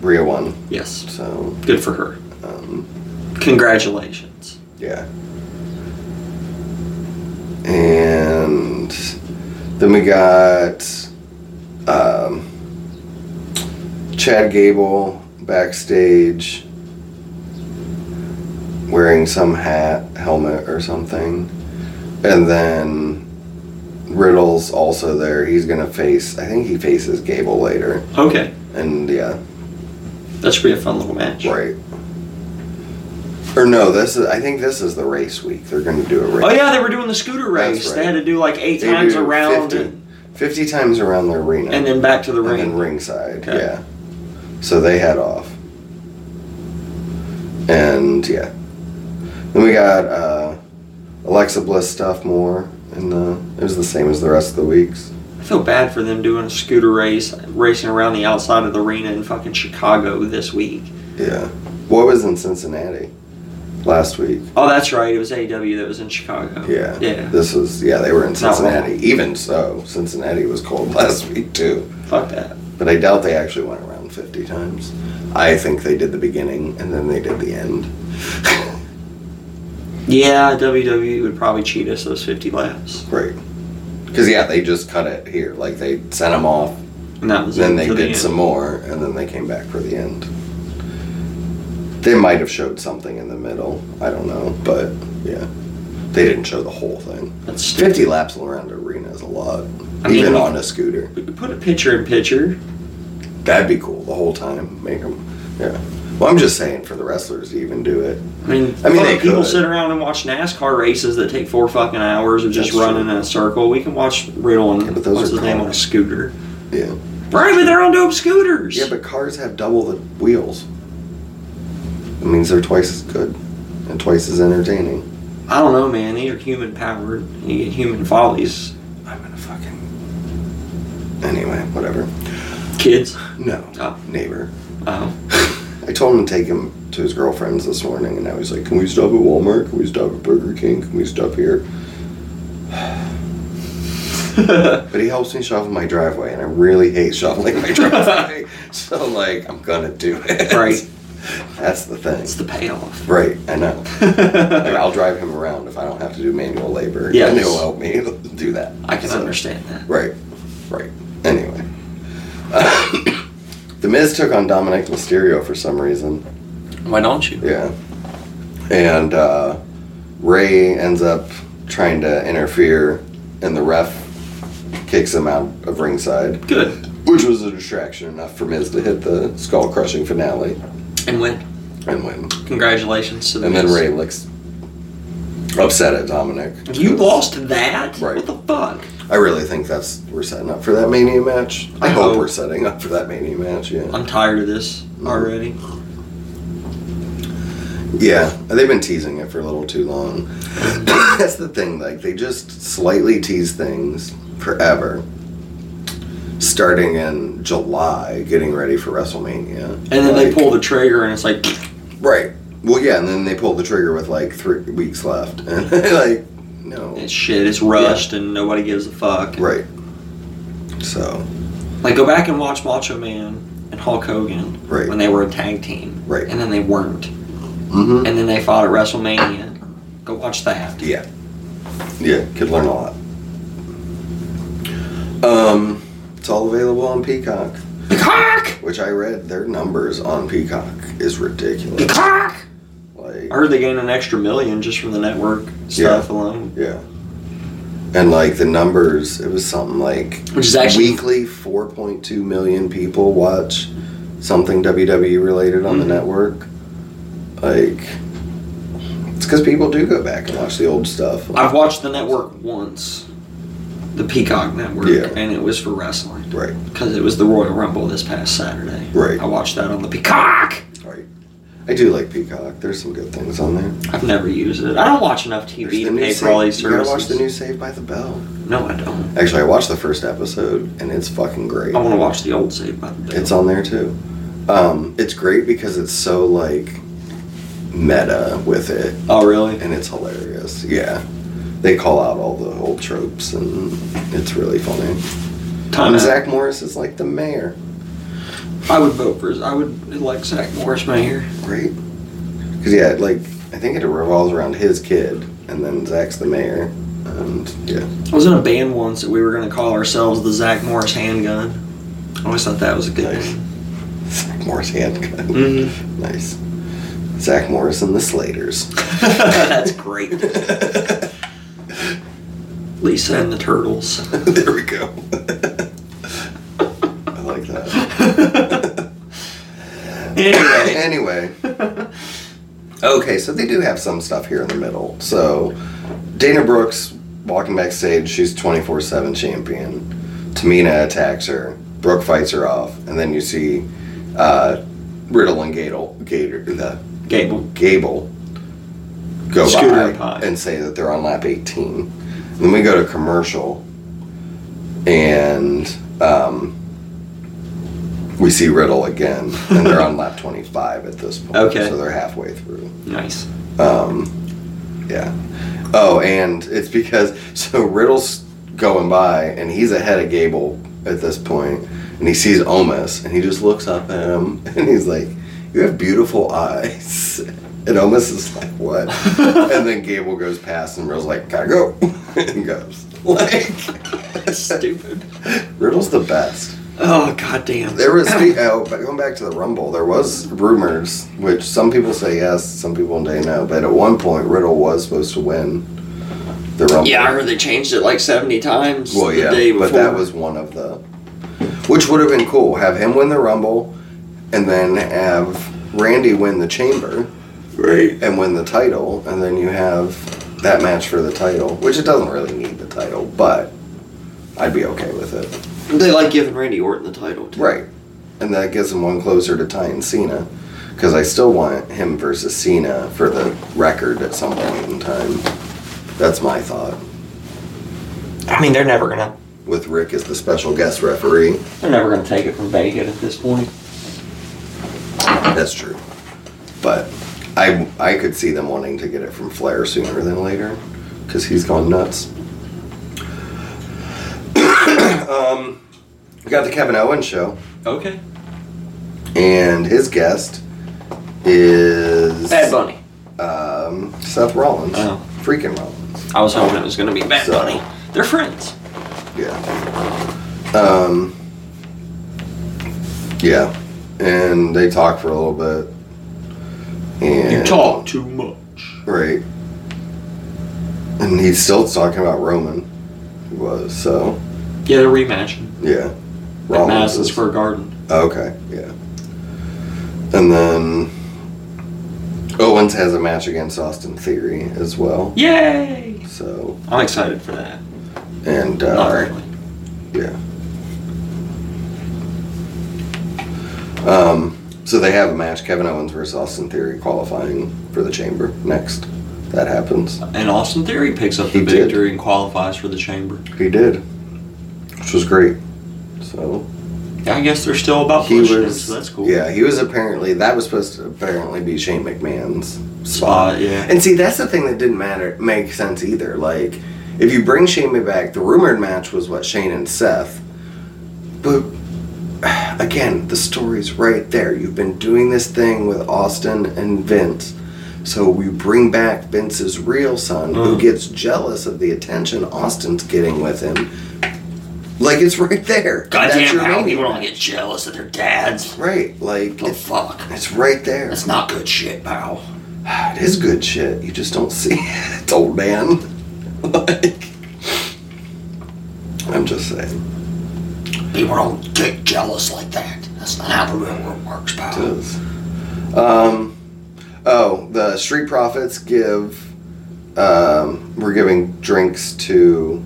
Speaker 1: Rhea won.
Speaker 2: Yes.
Speaker 1: So
Speaker 2: Good for her.
Speaker 1: um,
Speaker 2: Congratulations.
Speaker 1: yeah. And then we got um, Chad Gable backstage wearing some hat, helmet, or something. And then Riddle's also there. He's going to face, I think he faces Gable later.
Speaker 2: Okay.
Speaker 1: And yeah,
Speaker 2: That should be a fun little match.
Speaker 1: right. Or no, this is, I think this is the race week. They're going to do a race.
Speaker 2: Oh yeah, they were doing the scooter
Speaker 1: That's
Speaker 2: race.
Speaker 1: right.
Speaker 2: They had to do like eight
Speaker 1: They
Speaker 2: times
Speaker 1: do
Speaker 2: around
Speaker 1: 50,
Speaker 2: and,
Speaker 1: 50 times around the arena.
Speaker 2: and then back to the
Speaker 1: And then
Speaker 2: ring.
Speaker 1: ringside,
Speaker 2: Okay.
Speaker 1: yeah. So they head off. And yeah. Then we got uh, Alexa Bliss stuff more in the it was the same as the rest of the weeks.
Speaker 2: I feel bad for them doing a scooter race, racing around the outside of the arena in fucking Chicago this week.
Speaker 1: Yeah. What was in Cincinnati last week?
Speaker 2: Oh, that's right. It was AW that was in Chicago.
Speaker 1: Yeah.
Speaker 2: Yeah.
Speaker 1: This was yeah, they were in
Speaker 2: Not
Speaker 1: Cincinnati. Even so, Cincinnati was cold last week too.
Speaker 2: Fuck that.
Speaker 1: But I doubt they actually went around fifty times. I think they did the beginning and then they did the end.
Speaker 2: Yeah, WWE would probably cheat us those 50 laps.
Speaker 1: Great. Cause yeah, they just cut it here. Like they sent them off,
Speaker 2: And that was
Speaker 1: then
Speaker 2: it
Speaker 1: they
Speaker 2: to the
Speaker 1: did
Speaker 2: end.
Speaker 1: some more, and then they came back for the end. They might have showed something in the middle. I don't know, but yeah, they didn't show the whole thing.
Speaker 2: That's stupid.
Speaker 1: 50 laps around the arena is a lot,
Speaker 2: I mean,
Speaker 1: even
Speaker 2: we-
Speaker 1: on a scooter.
Speaker 2: We could put a picture in picture.
Speaker 1: That'd be cool the whole time. Make them, yeah. Well, I'm just saying for the wrestlers to even do it.
Speaker 2: I mean,
Speaker 1: I mean,
Speaker 2: fuck,
Speaker 1: they
Speaker 2: people
Speaker 1: could.
Speaker 2: sit around and watch NASCAR races that take four fucking hours of just
Speaker 1: That's
Speaker 2: running
Speaker 1: true.
Speaker 2: in a circle. We can watch Riddle and
Speaker 1: Yeah, but those
Speaker 2: what's
Speaker 1: are
Speaker 2: his name on a
Speaker 1: cars.
Speaker 2: scooter.
Speaker 1: Yeah.
Speaker 2: Right, but they're on dope scooters.
Speaker 1: Yeah, but cars have double the wheels. It means they're twice as good and twice as entertaining.
Speaker 2: I don't know, man. These are human powered. You get human follies,
Speaker 1: I'm gonna fucking. Anyway, whatever.
Speaker 2: kids.
Speaker 1: No.
Speaker 2: Oh.
Speaker 1: Neighbor.
Speaker 2: Oh,
Speaker 1: I told him to take him to his girlfriend's this morning, and now he's like, "Can we stop at Walmart? Can we stop at Burger King? Can we stop here?" but he helps me shovel my driveway, and I really hate shoveling my driveway. so like, I'm gonna do it.
Speaker 2: Right.
Speaker 1: That's the thing.
Speaker 2: it's the payoff.
Speaker 1: Right. I know. like, I'll drive him around if I don't have to do manual labor.
Speaker 2: Yes.
Speaker 1: And he'll help me do that.
Speaker 2: I can
Speaker 1: So-
Speaker 2: understand that.
Speaker 1: Right. Right. Anyway. the Miz took on Dominic Mysterio for some reason.
Speaker 2: Why don't you?
Speaker 1: Yeah. And uh, Ray ends up trying to interfere, and the ref kicks him out of ringside,
Speaker 2: Good.
Speaker 1: which was a distraction enough for Miz to hit the skull crushing finale
Speaker 2: And win.
Speaker 1: and win.
Speaker 2: Congratulations to the
Speaker 1: And then
Speaker 2: Miz.
Speaker 1: Ray looks upset at Dominic.
Speaker 2: You lost that?
Speaker 1: Right.
Speaker 2: What the fuck?
Speaker 1: I really think that's we're setting up for that Mania match. I hope
Speaker 2: Oh.
Speaker 1: we're setting up for that Mania match. Yeah.
Speaker 2: I'm tired of this
Speaker 1: Mm-hmm.
Speaker 2: already.
Speaker 1: Yeah, they've been teasing it for a little too long. That's the thing, like, they just slightly tease things forever. Starting in July, getting ready for WrestleMania.
Speaker 2: And then they pull the trigger and it's like,
Speaker 1: Right. Well, yeah, and then they pulled the trigger with like three weeks left. And, like, no.
Speaker 2: it's shit, it's rushed and nobody gives a fuck.
Speaker 1: Right. So,
Speaker 2: Like, go back and watch Macho Man and Hulk Hogan
Speaker 1: Right.
Speaker 2: when they were a tag team.
Speaker 1: Right.
Speaker 2: And then they weren't.
Speaker 1: mm
Speaker 2: And then they fought at WrestleMania. Go watch that.
Speaker 1: Yeah. Yeah, could learn a lot. Um, it's all available on Peacock,
Speaker 2: Peacock!
Speaker 1: which I read their numbers on Peacock is ridiculous.
Speaker 2: Peacock!
Speaker 1: Like,
Speaker 2: I heard they gained an extra million just from the network stuff alone.
Speaker 1: yeah. And like the numbers, it was something like
Speaker 2: Which is actually-
Speaker 1: weekly 4.2 million people watch something WWE related on
Speaker 2: Mhm.
Speaker 1: the network. Like, it's because people do go back and watch the old stuff.
Speaker 2: I've watched the network once, the Peacock network,
Speaker 1: Yeah.
Speaker 2: and it was for wrestling.
Speaker 1: right,
Speaker 2: Because it was the Royal Rumble this past Saturday.
Speaker 1: Right.
Speaker 2: I watched that on the Peacock!
Speaker 1: right. I do like Peacock. There's some good things on there.
Speaker 2: I've never used it. I don't watch enough TV
Speaker 1: There's
Speaker 2: to
Speaker 1: the new
Speaker 2: pay
Speaker 1: Sa-
Speaker 2: for all these
Speaker 1: you gotta
Speaker 2: services.
Speaker 1: watch the new Saved by the Bell.
Speaker 2: no, I don't.
Speaker 1: Actually, I watched the first episode and it's fucking great.
Speaker 2: I want to watch the old Saved by the Bell.
Speaker 1: It's on there too. Um, it's great because it's so like meta with it,
Speaker 2: oh, really?
Speaker 1: and it's hilarious. Yeah, they call out all the old tropes, and it's really funny.
Speaker 2: Time
Speaker 1: and
Speaker 2: out.
Speaker 1: Zach Morris is like the mayor,
Speaker 2: I would vote for. I would elect Zach Morris mayor.
Speaker 1: right? Because yeah, like I think it revolves around his kid, and then Zach's the mayor, and yeah,
Speaker 2: I was in a band once that we were going to call ourselves the Zach Morris Handgun. I always thought that was a good
Speaker 1: Nice.
Speaker 2: name.
Speaker 1: Zach Morris handgun.
Speaker 2: Mhm.
Speaker 1: Nice. Zach Morris and the Slaters.
Speaker 2: That's great. Lisa and the Turtles.
Speaker 1: there we go. I like that.
Speaker 2: Anyway,
Speaker 1: Anyway. Okay, so they do have some stuff here in the middle. So Dana Brooks walking backstage, she's 24 7 champion. Tamina attacks her. Brooke fights her off. And then you see uh, Riddle and Gator, Gator, the
Speaker 2: Gable.
Speaker 1: Gable go
Speaker 2: Scooter
Speaker 1: by
Speaker 2: and Pie.
Speaker 1: and say that they're on lap 18. And then we go to commercial, and um, we see Riddle again, and they're on lap 25 at this point.
Speaker 2: Okay.
Speaker 1: So they're halfway through.
Speaker 2: Nice.
Speaker 1: Yeah. Oh, and it's because so Riddle's going by, and he's ahead of Gable at this point, and he sees Omus, and he just looks up at him, and he's like, "You have beautiful eyes." And Omus is like, "What?" and then Gable goes past, and Riddle's like, "Gotta go," and goes. Like
Speaker 2: Stupid.
Speaker 1: Riddle's the best.
Speaker 2: Oh goddamn.
Speaker 1: There was oh, but going back to the Rumble, there was rumors, which some people say yes, some people say no. But at one point, Riddle was supposed to win the Rumble.
Speaker 2: Yeah, I heard they changed it like seventy times.
Speaker 1: Well,
Speaker 2: the
Speaker 1: yeah,
Speaker 2: day
Speaker 1: but
Speaker 2: before.
Speaker 1: that was one of the, which would have been cool. Have him win the Rumble, and then have Randy win the Chamber
Speaker 2: right.
Speaker 1: and win the title, and then you have that match for the title, which it doesn't really need the title, but I'd be okay with it.
Speaker 2: They like giving Randy Orton the title. Too.
Speaker 1: Right, and that gives him one closer to tying Cena, because I still want him versus Cena for the record at some point in time. That's my thought.
Speaker 2: I mean, they're never gonna.
Speaker 1: With Rick as the special guest referee.
Speaker 2: They're never gonna take it from Bacon at this point.
Speaker 1: That's true. But I I could see them wanting to get it from Flair sooner than later because he's gone nuts. um, we got the Kevin Owens show,
Speaker 2: Okay.
Speaker 1: and his guest is
Speaker 2: Bad Bunny.
Speaker 1: um, Seth Rollins.
Speaker 2: Oh.
Speaker 1: Freaking Rollins.
Speaker 2: I was hoping it was gonna be Bad
Speaker 1: So-
Speaker 2: Bunny. They're friends.
Speaker 1: Yeah. Um, yeah. And they talk for a little bit. And
Speaker 2: too much.
Speaker 1: Right. And he's still talking about Roman. He was, so,
Speaker 2: Yeah, they're rematching
Speaker 1: yeah.
Speaker 2: at
Speaker 1: Rollins
Speaker 2: Madison
Speaker 1: is-
Speaker 2: Square Garden.
Speaker 1: Okay, yeah. And then Owens has a match against Austin Theory as well.
Speaker 2: Yay!
Speaker 1: So,
Speaker 2: I'm excited for that.
Speaker 1: and, uh,
Speaker 2: Not really.
Speaker 1: yeah. Um, so they have a match Kevin Owens versus Austin Theory qualifying for the chamber next. That happens.
Speaker 2: And Austin Theory picks up
Speaker 1: He
Speaker 2: the
Speaker 1: did.
Speaker 2: victory and qualifies for the chamber.
Speaker 1: He did, which was great. So,
Speaker 2: I guess they're still about
Speaker 1: he
Speaker 2: pushing him,
Speaker 1: was
Speaker 2: so that's cool.
Speaker 1: yeah he was apparently that was supposed to apparently be shane mcmahon's
Speaker 2: Spot, yeah.
Speaker 1: and see that's the thing that didn't matter make sense either like if you bring shane back the rumored match was what shane and seth but again the story's right there you've been doing this thing with austin and vince so we bring back vince's real son who
Speaker 2: Mhm.
Speaker 1: gets jealous of the attention austin's getting with him like it's right there That's
Speaker 2: Goddamn,
Speaker 1: your
Speaker 2: how
Speaker 1: main
Speaker 2: people don't
Speaker 1: event.
Speaker 2: get jealous of their dads.
Speaker 1: Right, like
Speaker 2: Oh,
Speaker 1: it's,
Speaker 2: fuck.
Speaker 1: it's right there.
Speaker 2: That's not good shit, pal.
Speaker 1: It is good shit. You just don't see it, old man. like, I'm just saying,
Speaker 2: People don't get jealous like that. That's not how the real world works,
Speaker 1: it
Speaker 2: pal.
Speaker 1: is. Um, oh, the street profits give. Um, we're giving drinks to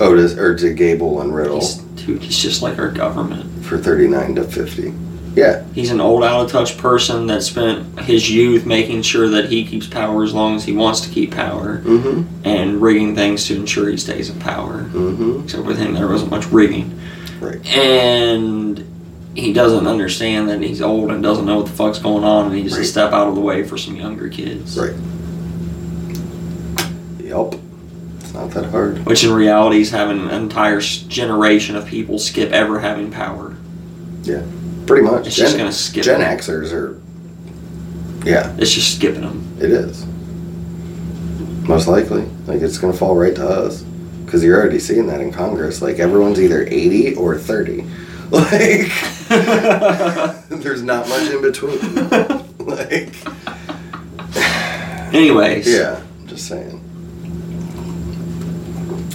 Speaker 1: Otis or to Gable and Riddle
Speaker 2: He's, dude, he's just like our government.
Speaker 1: for thirty nine to fifty. Yeah,
Speaker 2: He's an old, out of touch person that spent his youth making sure that he keeps power as long as he wants to keep power
Speaker 1: mm-hmm,
Speaker 2: and rigging things to ensure he stays in power.
Speaker 1: mm-hmm.
Speaker 2: Except with him, there wasn't much rigging.
Speaker 1: Right.
Speaker 2: And he doesn't understand that he's old and doesn't know what the fuck's going on, and he just
Speaker 1: Right.
Speaker 2: step out of the way for some younger kids.
Speaker 1: Right. Yup. It's not that hard.
Speaker 2: Which in reality is having an entire s- generation of people skip ever having power.
Speaker 1: Pretty much.
Speaker 2: It's just gonna skip
Speaker 1: Gen
Speaker 2: them.
Speaker 1: Xers are. Yeah,
Speaker 2: It's just skipping them.
Speaker 1: it is. Most likely, like it's gonna fall right to us, because you're already seeing that in Congress. Like everyone's either 80 or 30. Like there's not much in between. like
Speaker 2: Anyways,
Speaker 1: yeah, just saying.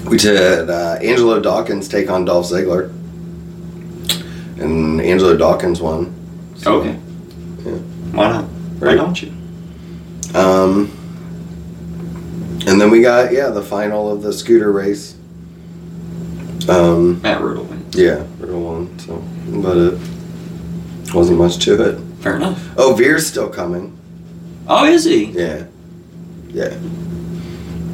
Speaker 1: We did uh, Angelo Dawkins take on Dolph Ziggler, and Angelo Dawkins won. So-
Speaker 2: Okay.
Speaker 1: Yeah.
Speaker 2: Why not? Why
Speaker 1: Right.
Speaker 2: don't you?
Speaker 1: Um, and then we got yeah the final of the scooter race. Um,
Speaker 2: Matt Riddle wins.
Speaker 1: yeah, Riddle won. So, but it wasn't much to it.
Speaker 2: Fair enough.
Speaker 1: Oh, Veer's still coming.
Speaker 2: Oh, is he?
Speaker 1: Yeah, yeah,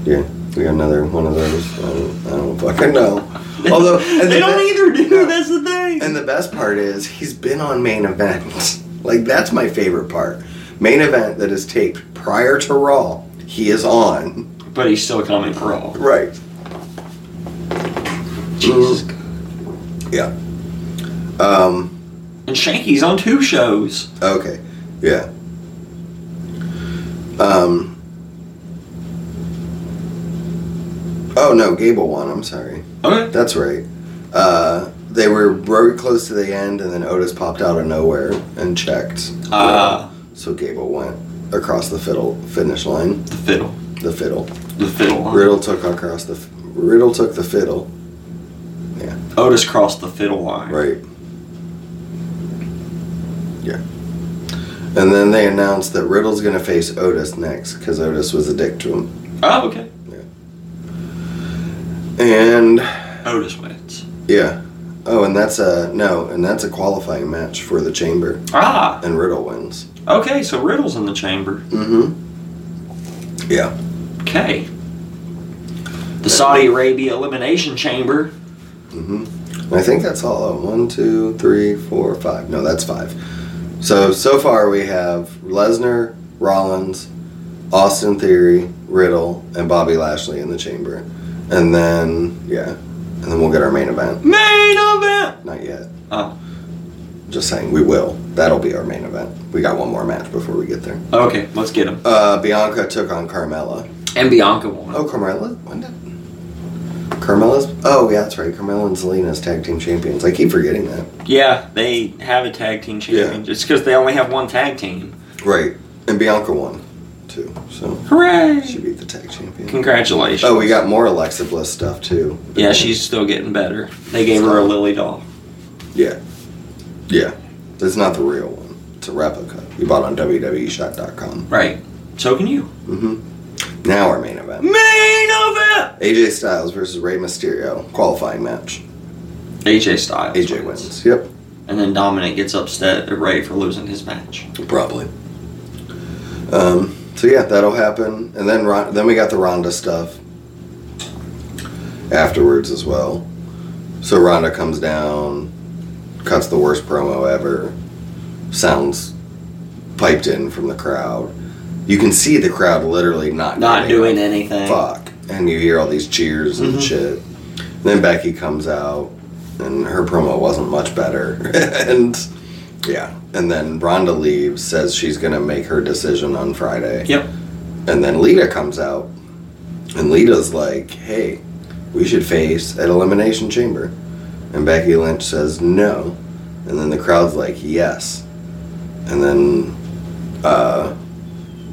Speaker 1: yeah. We got another one of those. I don't, I don't fucking know. Although and
Speaker 2: They
Speaker 1: the
Speaker 2: don't
Speaker 1: be-
Speaker 2: either,
Speaker 1: No.
Speaker 2: dude. That's the thing.
Speaker 1: And the best part is he's been on main event. like that's my favorite part. Main event that is taped prior to Raw. He is on.
Speaker 2: but he's still coming for all.
Speaker 1: Right.
Speaker 2: Jesus.
Speaker 1: Yeah. Um.
Speaker 2: And Shanky's on two shows.
Speaker 1: Okay. Yeah. Um. Oh no, Gable won. I'm sorry.
Speaker 2: Okay.
Speaker 1: That's right. Uh, they were very close to the end, and then Otis popped out of nowhere and checked.
Speaker 2: Uh,
Speaker 1: So Gable went across the fiddle finish line.
Speaker 2: the fiddle.
Speaker 1: The fiddle.
Speaker 2: The fiddle. line.
Speaker 1: Riddle took across the. f- Riddle took the fiddle. Yeah.
Speaker 2: Otis crossed the fiddle line.
Speaker 1: Right. Yeah. And then they announced that Riddle's gonna face Otis next because Otis was a dick to him.
Speaker 2: Oh, okay.
Speaker 1: And
Speaker 2: Otis wins.
Speaker 1: yeah. Oh, and that's a no, and that's a qualifying match for the Chamber,
Speaker 2: Ah,
Speaker 1: and Riddle wins.
Speaker 2: okay. So Riddle's in the chamber.
Speaker 1: Mm-hmm. Yeah.
Speaker 2: Okay. The Saudi Arabia Elimination Chamber.
Speaker 1: Mm-hmm. I think that's all. One, two, three, four, five. No, that's five. So so far we have Lesnar, Rollins, Austin Theory, Riddle, and Bobby Lashley in the chamber, and then yeah, and then we'll get our main event.
Speaker 2: Main event!
Speaker 1: Not yet.
Speaker 2: Oh,
Speaker 1: Just saying, we will. That'll be our main event. We got one more match before we get there.
Speaker 2: okay. Let's get him.
Speaker 1: Uh, Bianca took on Carmella.
Speaker 2: And Bianca won.
Speaker 1: Oh, Carmella? When did Carmella's? Oh, yeah, that's right. Carmella and Selena's tag team champions. I keep forgetting that.
Speaker 2: Yeah, they have a tag team champion. It's because they only have one tag team.
Speaker 1: Right, and Bianca won, too. So she
Speaker 2: Hooray!
Speaker 1: beat the tag champion.
Speaker 2: Congratulations.
Speaker 1: Oh, we got more Alexa Bliss stuff too.
Speaker 2: Yeah, she's still getting better. They gave her a lily doll.
Speaker 1: Yeah, yeah. It's not the real one. It's a replica. You bought on E WWEshop.com.
Speaker 2: Right. So can you.
Speaker 1: Mm-hmm. Now our main event:
Speaker 2: Main event!
Speaker 1: AJ Styles versus Rey Mysterio qualifying match.
Speaker 2: AJ Styles.
Speaker 1: AJ wins. Yep,
Speaker 2: And then Dominic gets upset at Ray for losing his match.
Speaker 1: probably. Um. So yeah, that'll happen, and then Ron- then we got the Ronda stuff afterwards as well. So Ronda comes down, cuts the worst promo ever, sounds piped in from the crowd. You can see the crowd literally not
Speaker 2: Not
Speaker 1: giving
Speaker 2: doing
Speaker 1: a
Speaker 2: anything.
Speaker 1: Fuck, and you hear all these cheers and
Speaker 2: Mhm.
Speaker 1: shit. then Becky comes out, and her promo wasn't much better. and yeah, and then Ronda leaves, says she's gonna make her decision on Friday.
Speaker 2: Yep.
Speaker 1: And then Lita comes out, and Lita's like, hey, we should face at Elimination Chamber. And Becky Lynch says no. And then the crowd's like, yes. And then uh,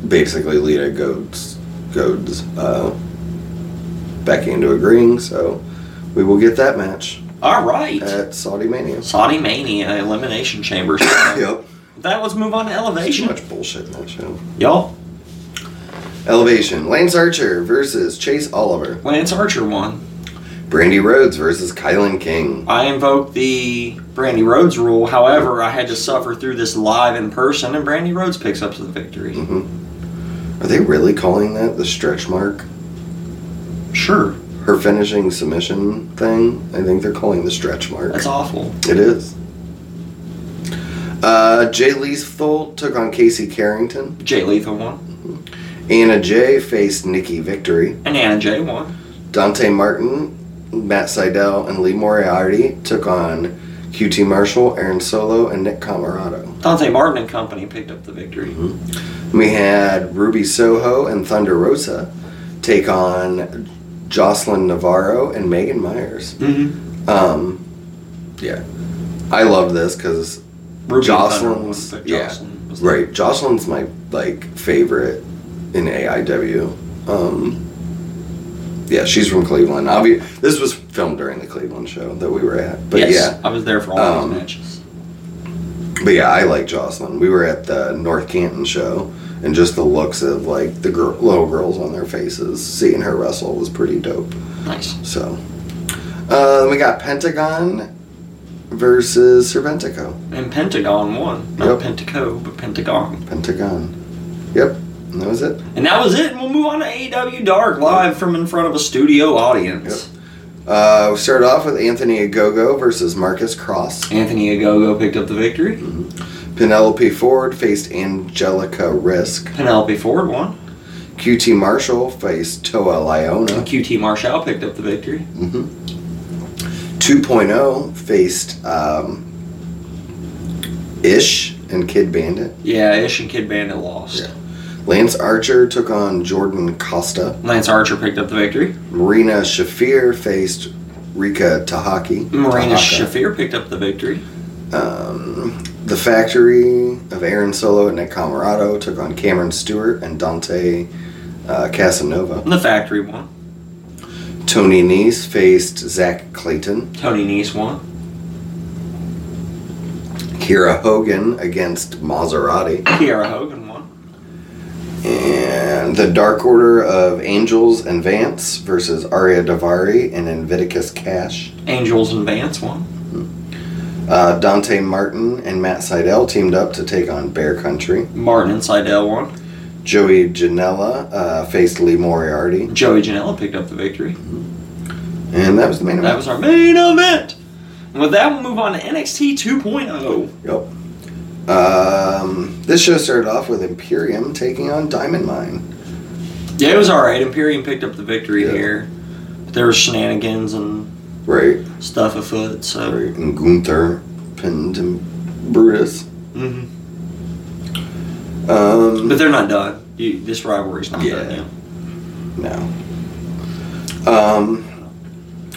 Speaker 1: basically Lita goads, goads uh, Becky into agreeing. So we will get that match
Speaker 2: All right.
Speaker 1: at Saudi Mania.
Speaker 2: Saudi Mania Elimination Chamber. yep.
Speaker 1: Yep.
Speaker 2: That let's move on to
Speaker 1: Too
Speaker 2: Elevation.
Speaker 1: much bullshit in that show.
Speaker 2: Y'all,
Speaker 1: Elevation. Lance Archer versus Chase Oliver.
Speaker 2: Lance Archer won.
Speaker 1: Brandy Rhodes versus Kylan King.
Speaker 2: I invoked the Brandy Rhodes rule. However, I had to suffer through this live in person, and Brandy Rhodes picks up the victory.
Speaker 1: Mm-hmm. Are they really calling that the stretch mark? Mm-hmm.
Speaker 2: Sure.
Speaker 1: Her finishing submission thing? I think they're calling the stretch mark.
Speaker 2: That's awful.
Speaker 1: It is. Uh, Jay Lethal took on Casey Carrington.
Speaker 2: Jay Lethal won.
Speaker 1: Anna Jay faced Nikki Victory.
Speaker 2: And Anna Jay won.
Speaker 1: Dante Martin, Matt Seidel, and Lee Moriarty took on QT Marshall, Aaron Solo, and Nick Camarado.
Speaker 2: Dante Martin and company picked up the victory.
Speaker 1: We had Ruby Soho and Thunder Rosa take on Jocelyn Navarro and Megan Myers.
Speaker 2: Mm-hmm.
Speaker 1: Um, yeah, I love this because
Speaker 2: Ruby
Speaker 1: Jocelyn's-
Speaker 2: Thunder won, but
Speaker 1: yeah.
Speaker 2: Jocelyn was the-
Speaker 1: right, Jocelyn's my like favorite in AIW. Um, yeah, she's from Cleveland. Obvi- this was filmed during the Cleveland show that we were at, but
Speaker 2: yes, I was there for all
Speaker 1: Um,
Speaker 2: these matches.
Speaker 1: yeah, but yeah, I like Jocelyn. We were at the North Canton show, and just the looks of like the girl, little girls on their faces seeing her wrestle was pretty dope.
Speaker 2: Nice.
Speaker 1: So, uh, we got Pentagon versus Serpentico.
Speaker 2: And Pentagon won. Not
Speaker 1: Yep.
Speaker 2: Pentaco, but Pentagon.
Speaker 1: Pentagon. Yep. And that was it.
Speaker 2: And that was it. And we'll move on to AEW Dark live from in front of a studio audience.
Speaker 1: Uh, we started off with Anthony Agogo versus Marcus Cross.
Speaker 2: Anthony Agogo picked up the victory.
Speaker 1: Mm-hmm. Penelope Ford faced Angelica Risk.
Speaker 2: Penelope Ford won.
Speaker 1: QT Marshall faced Toa Liona.
Speaker 2: QT Marshall picked up the victory.
Speaker 1: Mm-hmm. 2.0 faced um, Ish and Kid Bandit.
Speaker 2: Yeah, Ish and Kid Bandit lost.
Speaker 1: Yeah. Lance Archer took on Jordan Costa.
Speaker 2: Lance Archer picked up the victory.
Speaker 1: Marina Shafir faced Rika Tahaki.
Speaker 2: Marina
Speaker 1: Tahaka.
Speaker 2: Shafir picked up the victory.
Speaker 1: Um, the Factory of Aaron Solo and Nick Camarado took on Cameron Stewart and Dante uh, Casanova.
Speaker 2: And the factory won.
Speaker 1: Tony Nese faced Zach Clayton.
Speaker 2: Tony Nese won.
Speaker 1: Kira Hogan against Maserati.
Speaker 2: Kiara Hogan won.
Speaker 1: And the Dark Order of Angels and Vance versus Aria Davari and Inviticus Cash.
Speaker 2: Angels and Vance won.
Speaker 1: Uh, Dante Martin and Matt Seidel teamed up to take on Bear Country.
Speaker 2: Martin and Seidel won.
Speaker 1: Joey Janela uh, faced Lee Moriarty.
Speaker 2: Joey Janela picked up the victory.
Speaker 1: And that was the main
Speaker 2: That
Speaker 1: event.
Speaker 2: was our main event. And with that, we'll move on to NXT 2.0.
Speaker 1: Yep. Um, this show started off with Imperium taking on Diamond Mine.
Speaker 2: Yeah, it was all right. Imperium picked up the victory
Speaker 1: Yeah.
Speaker 2: here. There were shenanigans and
Speaker 1: Right.
Speaker 2: stuff afoot. So,
Speaker 1: Right. And Gunther pinned him- Brutus.
Speaker 2: Mhm.
Speaker 1: Um,
Speaker 2: but they're not done. You, this rivalry's not
Speaker 1: Yeah.
Speaker 2: done. Yet.
Speaker 1: no. Um,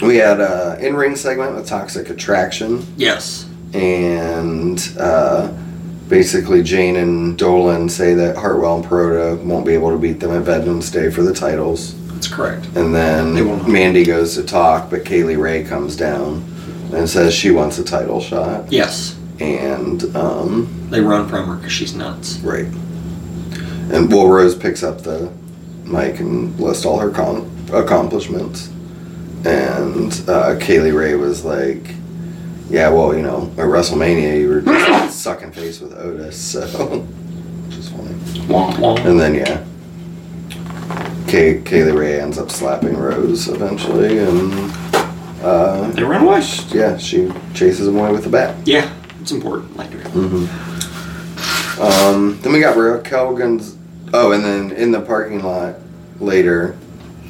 Speaker 1: we had a in-ring segment with Toxic Attraction.
Speaker 2: Yes.
Speaker 1: and uh, basically Jane and Dolan say that Hartwell and Perota won't be able to beat them at Veterans Day for the titles.
Speaker 2: That's correct.
Speaker 1: And
Speaker 2: They will not.
Speaker 1: then Mandy goes to talk, but Kaylee Ray comes down and says she wants a title shot.
Speaker 2: Yes.
Speaker 1: And um,
Speaker 2: They run from her because she's nuts.
Speaker 1: right, and well, Rose picks up the mic and lists all her com- accomplishments. And uh, Kaylee Ray was like. Yeah, well, you know, at WrestleMania, you were just sucking face with Otis, so. Which is funny.
Speaker 2: Womp womp.
Speaker 1: And then, yeah. Kay- Kaylee Ray ends up slapping Rose eventually, and. Uh,
Speaker 2: They run away.
Speaker 1: yeah, she chases him away with the bat.
Speaker 2: Yeah, it's important later.
Speaker 1: Um, then we got Raquel Guns. Oh, and then in the parking lot later.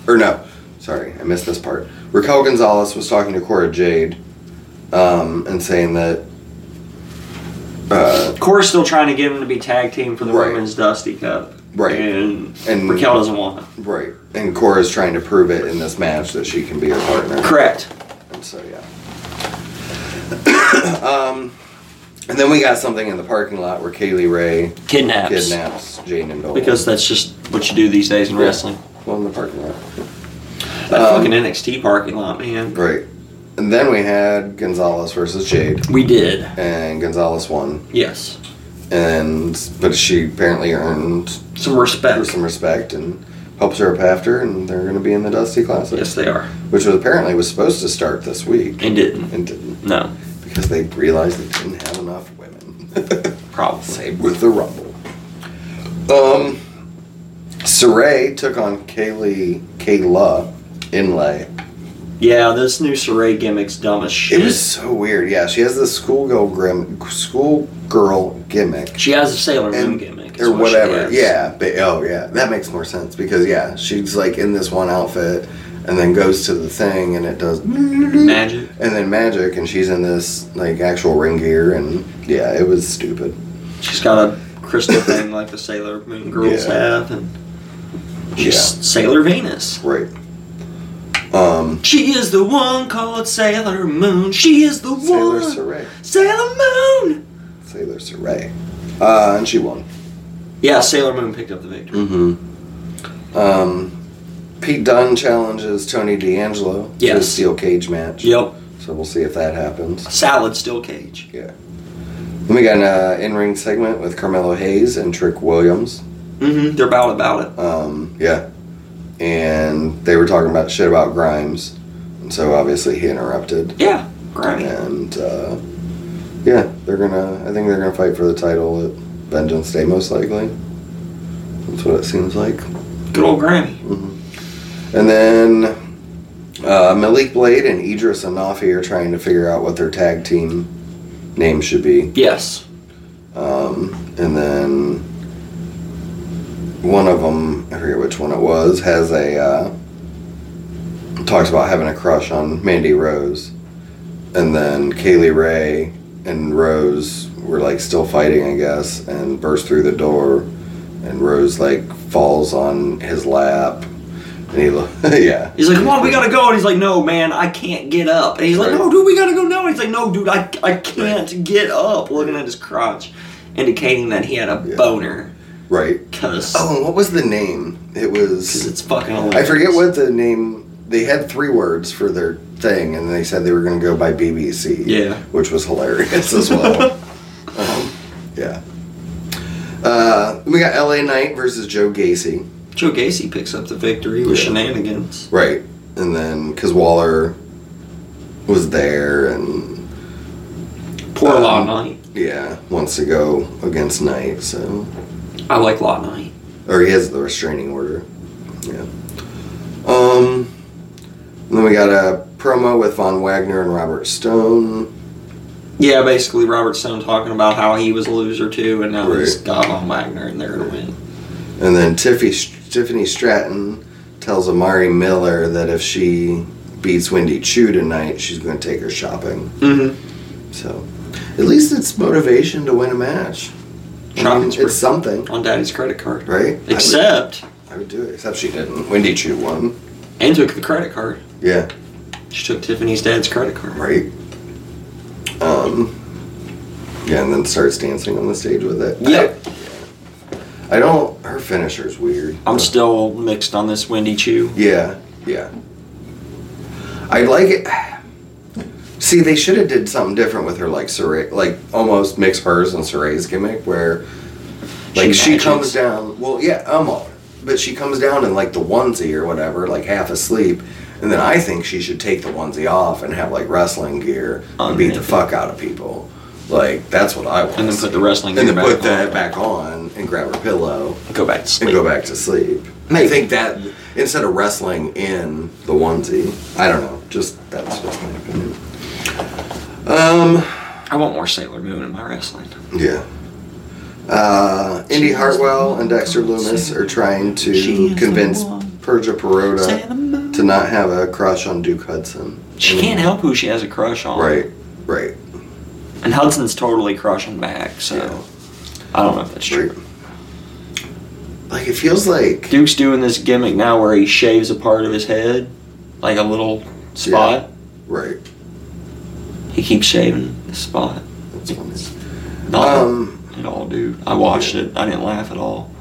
Speaker 1: Or no, sorry, I missed this part. Raquel Gonzalez was talking to Cora Jade um, and saying that. Uh,
Speaker 2: Cora's still trying to get him to be tag team for the
Speaker 1: Right.
Speaker 2: women's Dusty Cup.
Speaker 1: Right.
Speaker 2: And,
Speaker 1: And-
Speaker 2: Raquel doesn't want him.
Speaker 1: right. And Cora's trying to prove it in this match that she can be her partner.
Speaker 2: Correct.
Speaker 1: And so yeah. um, and then we got something in the parking lot where Kaylee Ray
Speaker 2: Kidnaps.
Speaker 1: kidnaps Jane and Dolan.
Speaker 2: Because that's just what you do these days in
Speaker 1: Yeah.
Speaker 2: wrestling.
Speaker 1: well, in the parking lot,
Speaker 2: That
Speaker 1: Um,
Speaker 2: fucking NXT parking lot, man.
Speaker 1: right? And then we had Gonzalez versus Jade,
Speaker 2: We did.
Speaker 1: and Gonzalez won.
Speaker 2: Yes.
Speaker 1: And but she apparently earned
Speaker 2: Some respect.
Speaker 1: her some respect and helps her up after, and they're going to be in the Dusty Classic,
Speaker 2: Yes, they are.
Speaker 1: which was apparently was supposed to start this week
Speaker 2: And didn't.
Speaker 1: and didn't
Speaker 2: No,
Speaker 1: because they realized they didn't have enough women.
Speaker 2: probably.
Speaker 1: Same with the Rumble. Um, Saray took on Kaylee Kayla Inlay.
Speaker 2: Yeah, this new Saray gimmick's dumb as
Speaker 1: It
Speaker 2: shit.
Speaker 1: was so weird. Yeah, she has this schoolgirl grim schoolgirl gimmick
Speaker 2: she has a Sailor Moon
Speaker 1: and-
Speaker 2: gimmick. is
Speaker 1: or
Speaker 2: what she
Speaker 1: whatever.
Speaker 2: has.
Speaker 1: Yeah, but oh yeah, that makes more sense because yeah, she's like in this one outfit and then goes to the thing and it does magic
Speaker 2: Magic.
Speaker 1: and then magic and she's in this like actual ring gear and yeah, it was stupid.
Speaker 2: She's got a crystal thing like the Sailor Moon girls
Speaker 1: Yeah.
Speaker 2: have, and she's
Speaker 1: Yeah.
Speaker 2: Sailor Venus.
Speaker 1: Right. Um,
Speaker 2: She is the one called Sailor Moon. She is the
Speaker 1: Sailor
Speaker 2: one.
Speaker 1: Saray.
Speaker 2: Sailor Moon.
Speaker 1: Sailor Saray. Uh, and she won.
Speaker 2: Yeah, Sailor Moon picked up the victory.
Speaker 1: Mm-hmm. Um, Pete Dunne challenges Tony D'Angelo to a
Speaker 2: Yes.
Speaker 1: steel cage match.
Speaker 2: Yep.
Speaker 1: So we'll see if that happens.
Speaker 2: Salad still cage.
Speaker 1: Yeah. Then we got an uh, in-ring segment with Carmelo Hayes and Trick Williams.
Speaker 2: Mm-hmm. They're about about it.
Speaker 1: Um, yeah. And they were talking about shit about Grimes. And so obviously he interrupted.
Speaker 2: Yeah. Grimy.
Speaker 1: And uh, yeah, they're gonna. I think they're gonna fight for the title at Vengeance Day most likely. That's what it seems like.
Speaker 2: Good old Grammy.
Speaker 1: And then uh, Malik Blade and Idris Anafi are trying to figure out what their tag team name should be.
Speaker 2: Yes.
Speaker 1: Um, and then one of them, I forget which one it was, has a uh, talks about having a crush on Mandy Rose, and then Kaylee Ray and Rose were like still fighting, I guess, and burst through the door, and Rose like falls on his lap, and he lo- yeah.
Speaker 2: He's like, come on, we gotta go. And he's like, no, man, I can't get up. And he's like,
Speaker 1: Right.
Speaker 2: no, dude, we gotta go now. And he's like, no, dude, I, I can't get up. Looking at his crotch, indicating that he had a
Speaker 1: Yeah.
Speaker 2: boner.
Speaker 1: Right.
Speaker 2: Because
Speaker 1: Oh, and what was the name? It was.
Speaker 2: it's fucking hilarious.
Speaker 1: I forget what the name. They had three words for their thing, and they said they were going to go by BBC.
Speaker 2: Yeah.
Speaker 1: Which was hilarious as well. um, yeah. Uh, we got LA Knight versus Joe Gacy.
Speaker 2: Joe Gacy picks up the victory with
Speaker 1: Yeah.
Speaker 2: shenanigans.
Speaker 1: Right. And then, because Waller was there and,
Speaker 2: Poor
Speaker 1: Um,
Speaker 2: Law Knight.
Speaker 1: yeah, wants to go against Knight, so.
Speaker 2: I like Law Knight.
Speaker 1: or he has the restraining order. Yeah. Um. and then we got a promo with Von Wagner and Robert Stone.
Speaker 2: Yeah, basically Robert Stone talking about how he was a loser too, and now he's
Speaker 1: Right.
Speaker 2: got on Wagner and they're gonna win.
Speaker 1: And then Tiffy, Tiffany Stratton tells Amari Miller that if she beats Wendy Chu tonight, she's going to take her shopping.
Speaker 2: Mm-hmm.
Speaker 1: So, at least it's motivation to win a match. I mean,
Speaker 2: Shopping's
Speaker 1: it's something,
Speaker 2: on Daddy's credit card.
Speaker 1: right?
Speaker 2: Except
Speaker 1: I would, I would do it. Except she didn't. Wendy Chu won.
Speaker 2: and took the credit card.
Speaker 1: Yeah.
Speaker 2: She took Tiffany's dad's credit card.
Speaker 1: Right. Um. Yeah, and then starts dancing on the stage with it.
Speaker 2: Yep.
Speaker 1: I, I don't. Her finisher's weird.
Speaker 2: I'm still mixed on this Wendy Chew.
Speaker 1: Yeah. Yeah. I like it. See, they should have did something different with her, like Saray, like almost mix hers and Saray's gimmick, where like she,
Speaker 2: matches.
Speaker 1: comes down. Well, yeah, I'm on, but she comes down in like the onesie or whatever, like half asleep, and then I think she should take the onesie off and have like wrestling gear and beat the
Speaker 2: Underneath.
Speaker 1: fuck out of people. Like that's what I want.
Speaker 2: and then put the wrestling
Speaker 1: and then
Speaker 2: gear
Speaker 1: put
Speaker 2: back
Speaker 1: that
Speaker 2: on.
Speaker 1: back on and grab her pillow
Speaker 2: Go back to
Speaker 1: and
Speaker 2: sleep.
Speaker 1: go back to sleep. I think that instead of wrestling in the onesie, I don't know. Just that's just my opinion. Um,
Speaker 2: I want more Sailor Moon in my wrestling.
Speaker 1: yeah. Uh, Indy Hartwell and Dexter Loomis are trying to convince Perja Perota to not have a crush on Duke Hudson. Mm.
Speaker 2: She can't help who she has a crush on.
Speaker 1: Mm-hmm. Right, right,
Speaker 2: And Hudson's totally crushing back, so
Speaker 1: Yeah.
Speaker 2: I don't know if that's true.
Speaker 1: right. Like it feels like
Speaker 2: Duke's doing this gimmick now where he shaves a part of his head, like a little spot.
Speaker 1: right.
Speaker 2: He keeps shaving the spot.
Speaker 1: That's funny.
Speaker 2: Not
Speaker 1: Um,
Speaker 2: at all, dude. I watched it. I didn't laugh at all.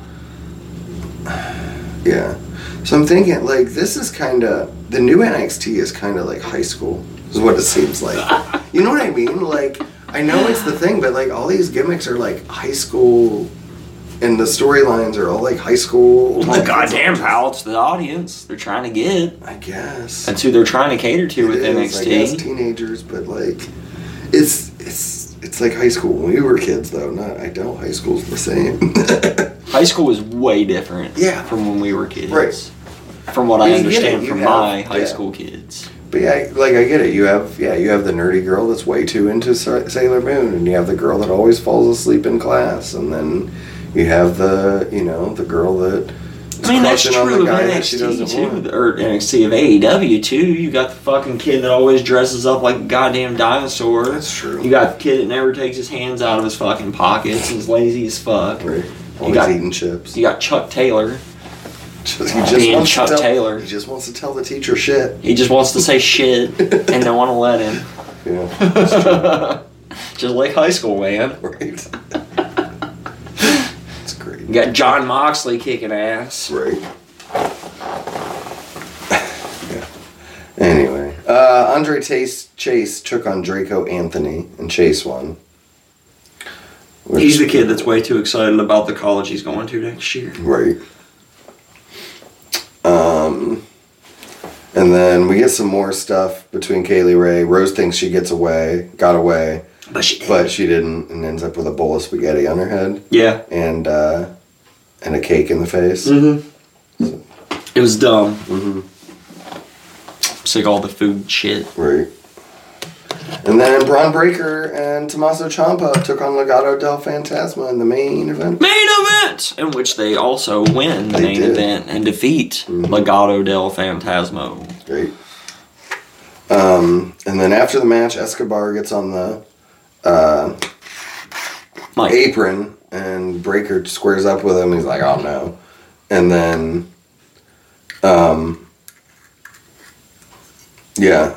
Speaker 1: Yeah. So I'm thinking, like, this is kind of the new NXT is kind of like high school, is what it seems like. you know what I mean? Like, I know it's the thing, but like, all these gimmicks are like high school, and the storylines are all like high school.
Speaker 2: Well, the goddamn pal, it's the audience they're trying to get.
Speaker 1: I guess.
Speaker 2: That's who they're trying to cater to with
Speaker 1: It is, I guess,
Speaker 2: NXT.
Speaker 1: teenagers, but like, it's it's it's like high school when we were kids, though. Not I doubt high school's the same.
Speaker 2: High school was way different
Speaker 1: Yeah.
Speaker 2: from when we were kids.
Speaker 1: Right.
Speaker 2: From what
Speaker 1: You
Speaker 2: I
Speaker 1: get it,
Speaker 2: understand
Speaker 1: you
Speaker 2: from
Speaker 1: have-
Speaker 2: my high
Speaker 1: yeah.
Speaker 2: school kids.
Speaker 1: But yeah, like I get it. You have yeah, you have the nerdy girl that's way too into Sa- Sailor Moon, and you have the girl that always falls asleep in class, and then you have the you know the girl that is
Speaker 2: I mean, that's
Speaker 1: crushing on
Speaker 2: true of
Speaker 1: the guy that she doesn't
Speaker 2: NXT too,
Speaker 1: want.
Speaker 2: or NXT of AEW too. You got the fucking kid that always dresses up like a goddamn dinosaur.
Speaker 1: That's true.
Speaker 2: You got the kid that never takes his hands out of his fucking pockets and is lazy as fuck.
Speaker 1: Right. Always
Speaker 2: got-
Speaker 1: eating chips.
Speaker 2: You got Chuck Taylor.
Speaker 1: Just-
Speaker 2: Oh, being Chuck
Speaker 1: to tell,
Speaker 2: Taylor.
Speaker 1: He just wants to tell the teacher shit.
Speaker 2: He just wants to say shit and don't want to let him.
Speaker 1: Yeah.
Speaker 2: Just like high school, man.
Speaker 1: Right. it's great.
Speaker 2: You got John Moxley kicking ass.
Speaker 1: Right. yeah. Anyway, uh, Andre Chase, Chase took on Draco Anthony, and Chase won. Which-
Speaker 2: He's the kid that's way too excited about the college he's going to next year.
Speaker 1: Right. Um, and then we get some more stuff between Kaylee Ray. Rose thinks she gets away, got away,
Speaker 2: But she did.
Speaker 1: but she didn't, and ends up with a bowl of spaghetti on her head.
Speaker 2: yeah.
Speaker 1: And uh, and a cake in the face.
Speaker 2: It was dumb. Mm-hmm. It's like all the food shit.
Speaker 1: Right. And then Braun Breaker and Tommaso Ciampa took on Legado del Fantasma in the main event.
Speaker 2: Main event! In which they also win the
Speaker 1: They
Speaker 2: main
Speaker 1: did. Mm-hmm.
Speaker 2: event and defeat Legado del Fantasmo.
Speaker 1: Great. Um, and then after the match, Escobar gets on the
Speaker 2: Mike.
Speaker 1: apron and Breaker squares up with him. He's like, oh no. And then, um, yeah.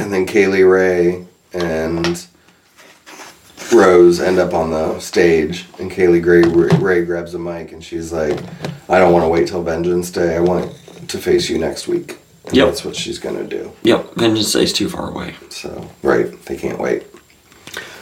Speaker 1: And then Kaylee Ray and Rose end up on the stage, and Kaylee Gray, Ray grabs a mic and she's like, I don't want to wait till Vengeance Day. I want to face you next week. And
Speaker 2: Yep.
Speaker 1: that's what she's going to do.
Speaker 2: Yep, Vengeance Day's too far away.
Speaker 1: So right, they can't wait.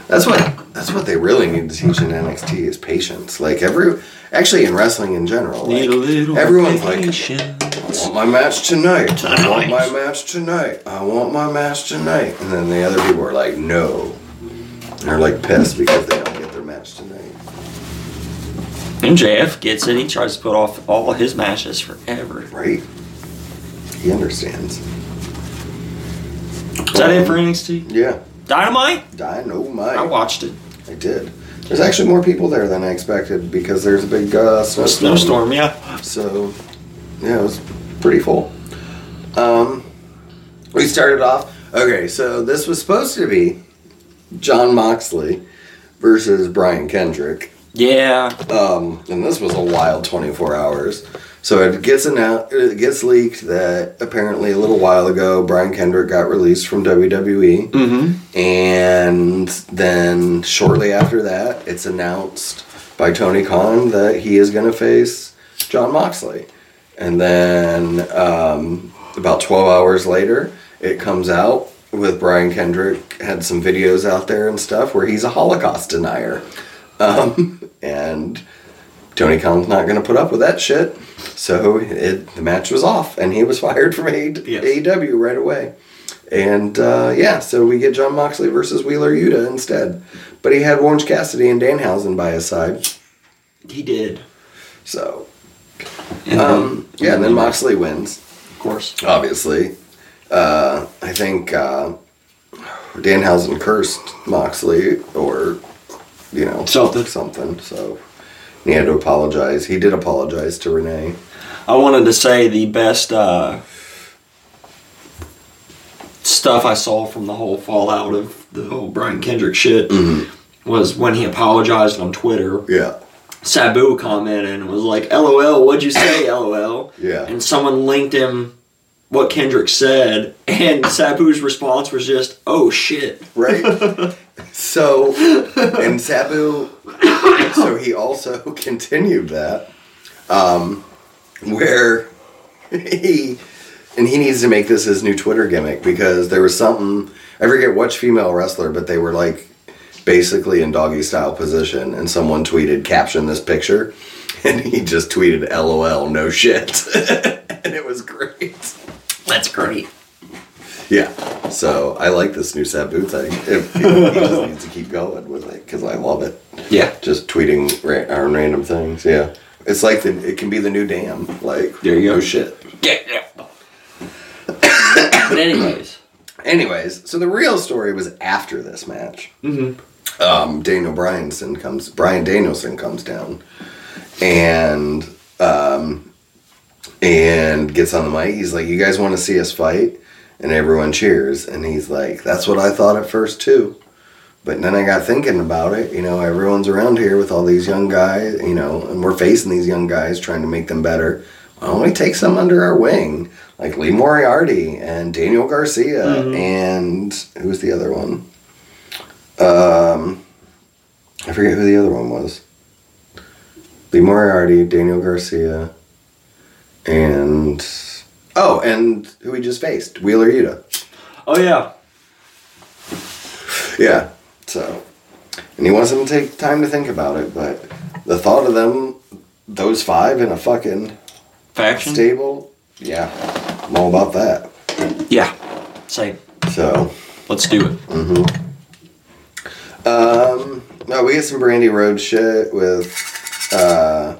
Speaker 1: That's what that's what they really need to teach in NXT is patience. Like every actually in wrestling in general, like,
Speaker 2: Need a little
Speaker 1: everyone's like,
Speaker 2: vacation.
Speaker 1: I want my match tonight. I want my match tonight. I want my match tonight. And then the other people are like, no. And they're like pissed because they don't get their match tonight.
Speaker 2: MJF gets it. He tries to put off all his matches forever.
Speaker 1: Right? He understands.
Speaker 2: Is that it for NXT?
Speaker 1: Yeah.
Speaker 2: Dynamite?
Speaker 1: Dynamite.
Speaker 2: I watched it.
Speaker 1: I did. There's actually more people there than I expected because there's a big uh, snowstorm.
Speaker 2: Snowstorm, yeah.
Speaker 1: So, yeah, it was pretty full. Um, we started off. Okay, so this was supposed to be John Moxley versus Brian Kendrick.
Speaker 2: Yeah.
Speaker 1: Um, and this was a wild 24 hours. So it gets announced, it gets leaked that apparently a little while ago Brian Kendrick got released from WWE, mm-hmm. and then shortly after that, it's announced by Tony Khan that he is going to face John Moxley, and then um, about 12 hours later, it comes out with Brian Kendrick had some videos out there and stuff where he's a Holocaust denier. Um, and Tony Khan's not going to put up with that shit. So it, the match was off, and he was fired from A-
Speaker 2: Yes.
Speaker 1: AEW right away. And uh, yeah, so we get John Moxley versus Wheeler Yuta instead. But he had Orange Cassidy and Danhausen by his side.
Speaker 2: He did.
Speaker 1: So
Speaker 2: And,
Speaker 1: um, yeah, and then Moxley wins,
Speaker 2: of course.
Speaker 1: obviously. Uh, I think uh, Danhausen cursed Moxley or, you know,
Speaker 2: Something.
Speaker 1: something. So he had to apologize. He did apologize to Renee.
Speaker 2: I wanted to say the best uh, stuff I saw from the whole fallout of the whole Brian Kendrick shit was when he apologized on Twitter.
Speaker 1: Yeah.
Speaker 2: Sabu commented and was like, "LOL, what'd you say, LOL?"
Speaker 1: Yeah.
Speaker 2: And someone linked him what Kendrick said, and Sabu's response was just, "Oh shit."
Speaker 1: Right? so, and Sabu, so he also continued that, um, where he, and he needs to make this his new Twitter gimmick because there was something, I forget which female wrestler, but they were like basically in doggy style position, and someone tweeted, caption this picture, and he just tweeted, lol, no shit. and it was great.
Speaker 2: That's great.
Speaker 1: Yeah. So I like this new Sabu thing. If he just needs to keep going with it because I love it.
Speaker 2: Yeah.
Speaker 1: Just tweeting ra- on random things. Yeah. It's like the, it can be the new damn. Like
Speaker 2: There you go.
Speaker 1: no shit.
Speaker 2: Yeah. yeah. but anyways,
Speaker 1: Anyways, so the real story was after this match. Mm-hmm. Um, Daniel Bryanson comes. Brian Danielson comes down, and um, and gets on the mic. He's like, "You guys want to see us fight?" And everyone cheers. And he's like, "That's what I thought at first too." But then I got thinking about it. You know, everyone's around here with all these young guys. You know, and we're facing these young guys, trying to make them better. Why don't we take some under our wing, like Lee Moriarty and Daniel Garcia and who's the other one? Um, I forget who the other one was. Lee Moriarty, Daniel Garcia, and oh, and who we just faced, Wheeler Yuta.
Speaker 2: oh yeah,
Speaker 1: Yeah. So, and he wants them to take time to think about it, but the thought of them, those five in a fucking
Speaker 2: faction.
Speaker 1: stable, yeah, I'm all about that.
Speaker 2: Yeah. Same.
Speaker 1: So,
Speaker 2: Let's do it.
Speaker 1: um, no, we get some Brandy Road shit with
Speaker 2: Dan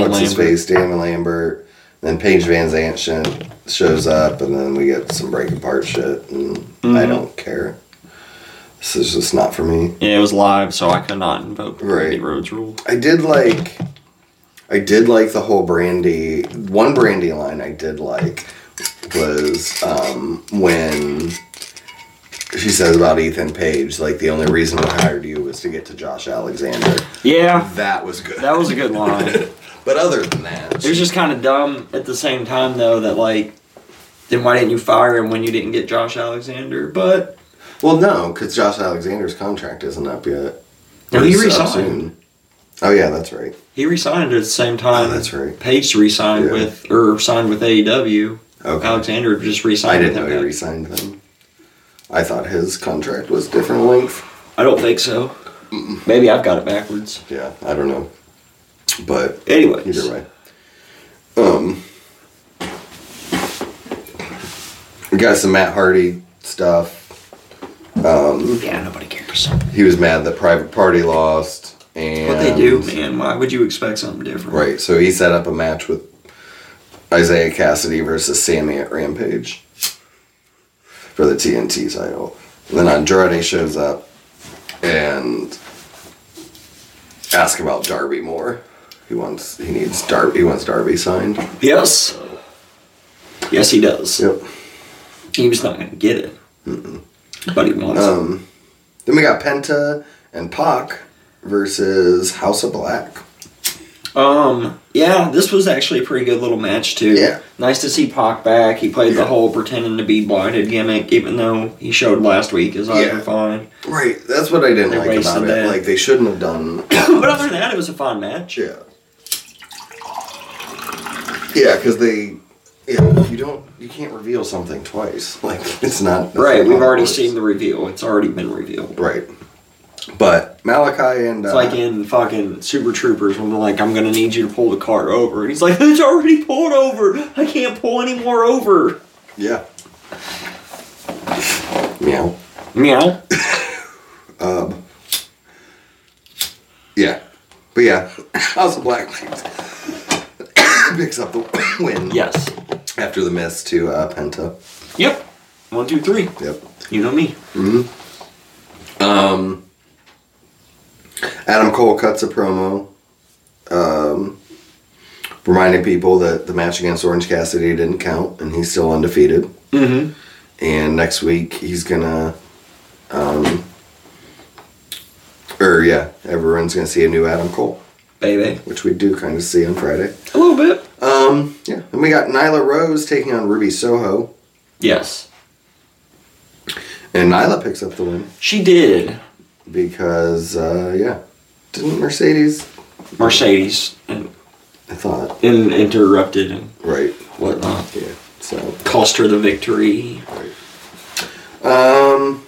Speaker 1: What's his
Speaker 2: Lambert.
Speaker 1: face? Damon Lambert. Then Paige Van Zant sh- shows up, and then we get some break apart shit, and
Speaker 2: Mm-hmm.
Speaker 1: I don't care. This is just not for me.
Speaker 2: Yeah, it was live, so I could not invoke the
Speaker 1: Right.
Speaker 2: Rhodes rule.
Speaker 1: I did like, I did like the whole brandy. One brandy line I did like was um, when she says about Ethan Page, like the only reason we hired you was to get to Josh Alexander.
Speaker 2: Yeah,
Speaker 1: That was good.
Speaker 2: that was a good line.
Speaker 1: But other than that,
Speaker 2: It was just kind of dumb at the same time, though, that like, then why didn't you fire him when you didn't get Josh Alexander? But
Speaker 1: Well, no, because Josh Alexander's contract isn't up yet.
Speaker 2: no, he
Speaker 1: It's up
Speaker 2: resigned.
Speaker 1: soon. Oh yeah, that's right.
Speaker 2: He resigned at the same time.
Speaker 1: Oh, that's right.
Speaker 2: Page resigned
Speaker 1: Yeah.
Speaker 2: with or signed with AEW.
Speaker 1: Okay.
Speaker 2: Alexander just
Speaker 1: I
Speaker 2: resigned.
Speaker 1: didn't know
Speaker 2: with
Speaker 1: he
Speaker 2: him.
Speaker 1: resigned then. I thought his contract was different length.
Speaker 2: I don't think so. Maybe I've got it backwards.
Speaker 1: Yeah, I don't know. But
Speaker 2: Anyways,
Speaker 1: either way, um, we got some Matt Hardy stuff.
Speaker 2: yeah, nobody cares.
Speaker 1: He was mad that Private Party lost, and
Speaker 2: What they do, man? Why would you expect something different?
Speaker 1: Right. So he set up a match with Isaiah Cassidy versus Sammy at Rampage for the TNT title. And then Andrade shows up and asks about Darby Moore. He wants he needs Darby he wants Darby signed.
Speaker 2: Yes. Yes, he does.
Speaker 1: Yep.
Speaker 2: He was not going to get it, but he wants it.
Speaker 1: Um, then we got Penta and Pac versus House of Black.
Speaker 2: Um, yeah, this was actually a pretty good little match too.
Speaker 1: Yeah.
Speaker 2: Nice to see Pac back. He played the whole pretending to be blinded gimmick, even though he showed last week his eyes
Speaker 1: Yeah.
Speaker 2: were fine.
Speaker 1: Right, that's what I didn't
Speaker 2: They
Speaker 1: like about
Speaker 2: wasted
Speaker 1: it.
Speaker 2: that.
Speaker 1: Like they shouldn't have done
Speaker 2: but other than that, it was a fun match.
Speaker 1: Yeah. Yeah, because they, yeah, you don't, you can't reveal something twice. Like it's not that's
Speaker 2: Right,
Speaker 1: not
Speaker 2: we've
Speaker 1: how it
Speaker 2: already
Speaker 1: works.
Speaker 2: seen the reveal. It's already been revealed.
Speaker 1: Right, but Malachi and
Speaker 2: It's
Speaker 1: uh,
Speaker 2: like in fucking Super Troopers when they're like, I'm gonna need you to pull the car over. And he's like, It's already pulled over. I can't pull any more over.
Speaker 1: yeah, meow.
Speaker 2: Meow.
Speaker 1: Yeah, but yeah, House of Black picks up the win.
Speaker 2: Yes.
Speaker 1: after the miss to uh, Penta.
Speaker 2: Yep. One, two, three.
Speaker 1: Yep.
Speaker 2: You know me.
Speaker 1: Um, Adam Cole cuts a promo, um, reminding people that the match against Orange Cassidy didn't count, and he's still undefeated.
Speaker 2: Mm-hmm.
Speaker 1: And next week he's gonna, um, or yeah, everyone's gonna see a new Adam Cole,
Speaker 2: Baby.
Speaker 1: which we do kind of see on Friday.
Speaker 2: A little bit.
Speaker 1: Um, yeah, and we got Nyla Rose taking on Ruby Soho,
Speaker 2: Yes.
Speaker 1: and Nyla picks up the win
Speaker 2: She did.
Speaker 1: because uh, yeah, didn't Mercedes?
Speaker 2: Mercedes and,
Speaker 1: I thought
Speaker 2: and interrupted and
Speaker 1: right.
Speaker 2: whatnot.
Speaker 1: Yeah. So.
Speaker 2: Cost her the victory.
Speaker 1: Um.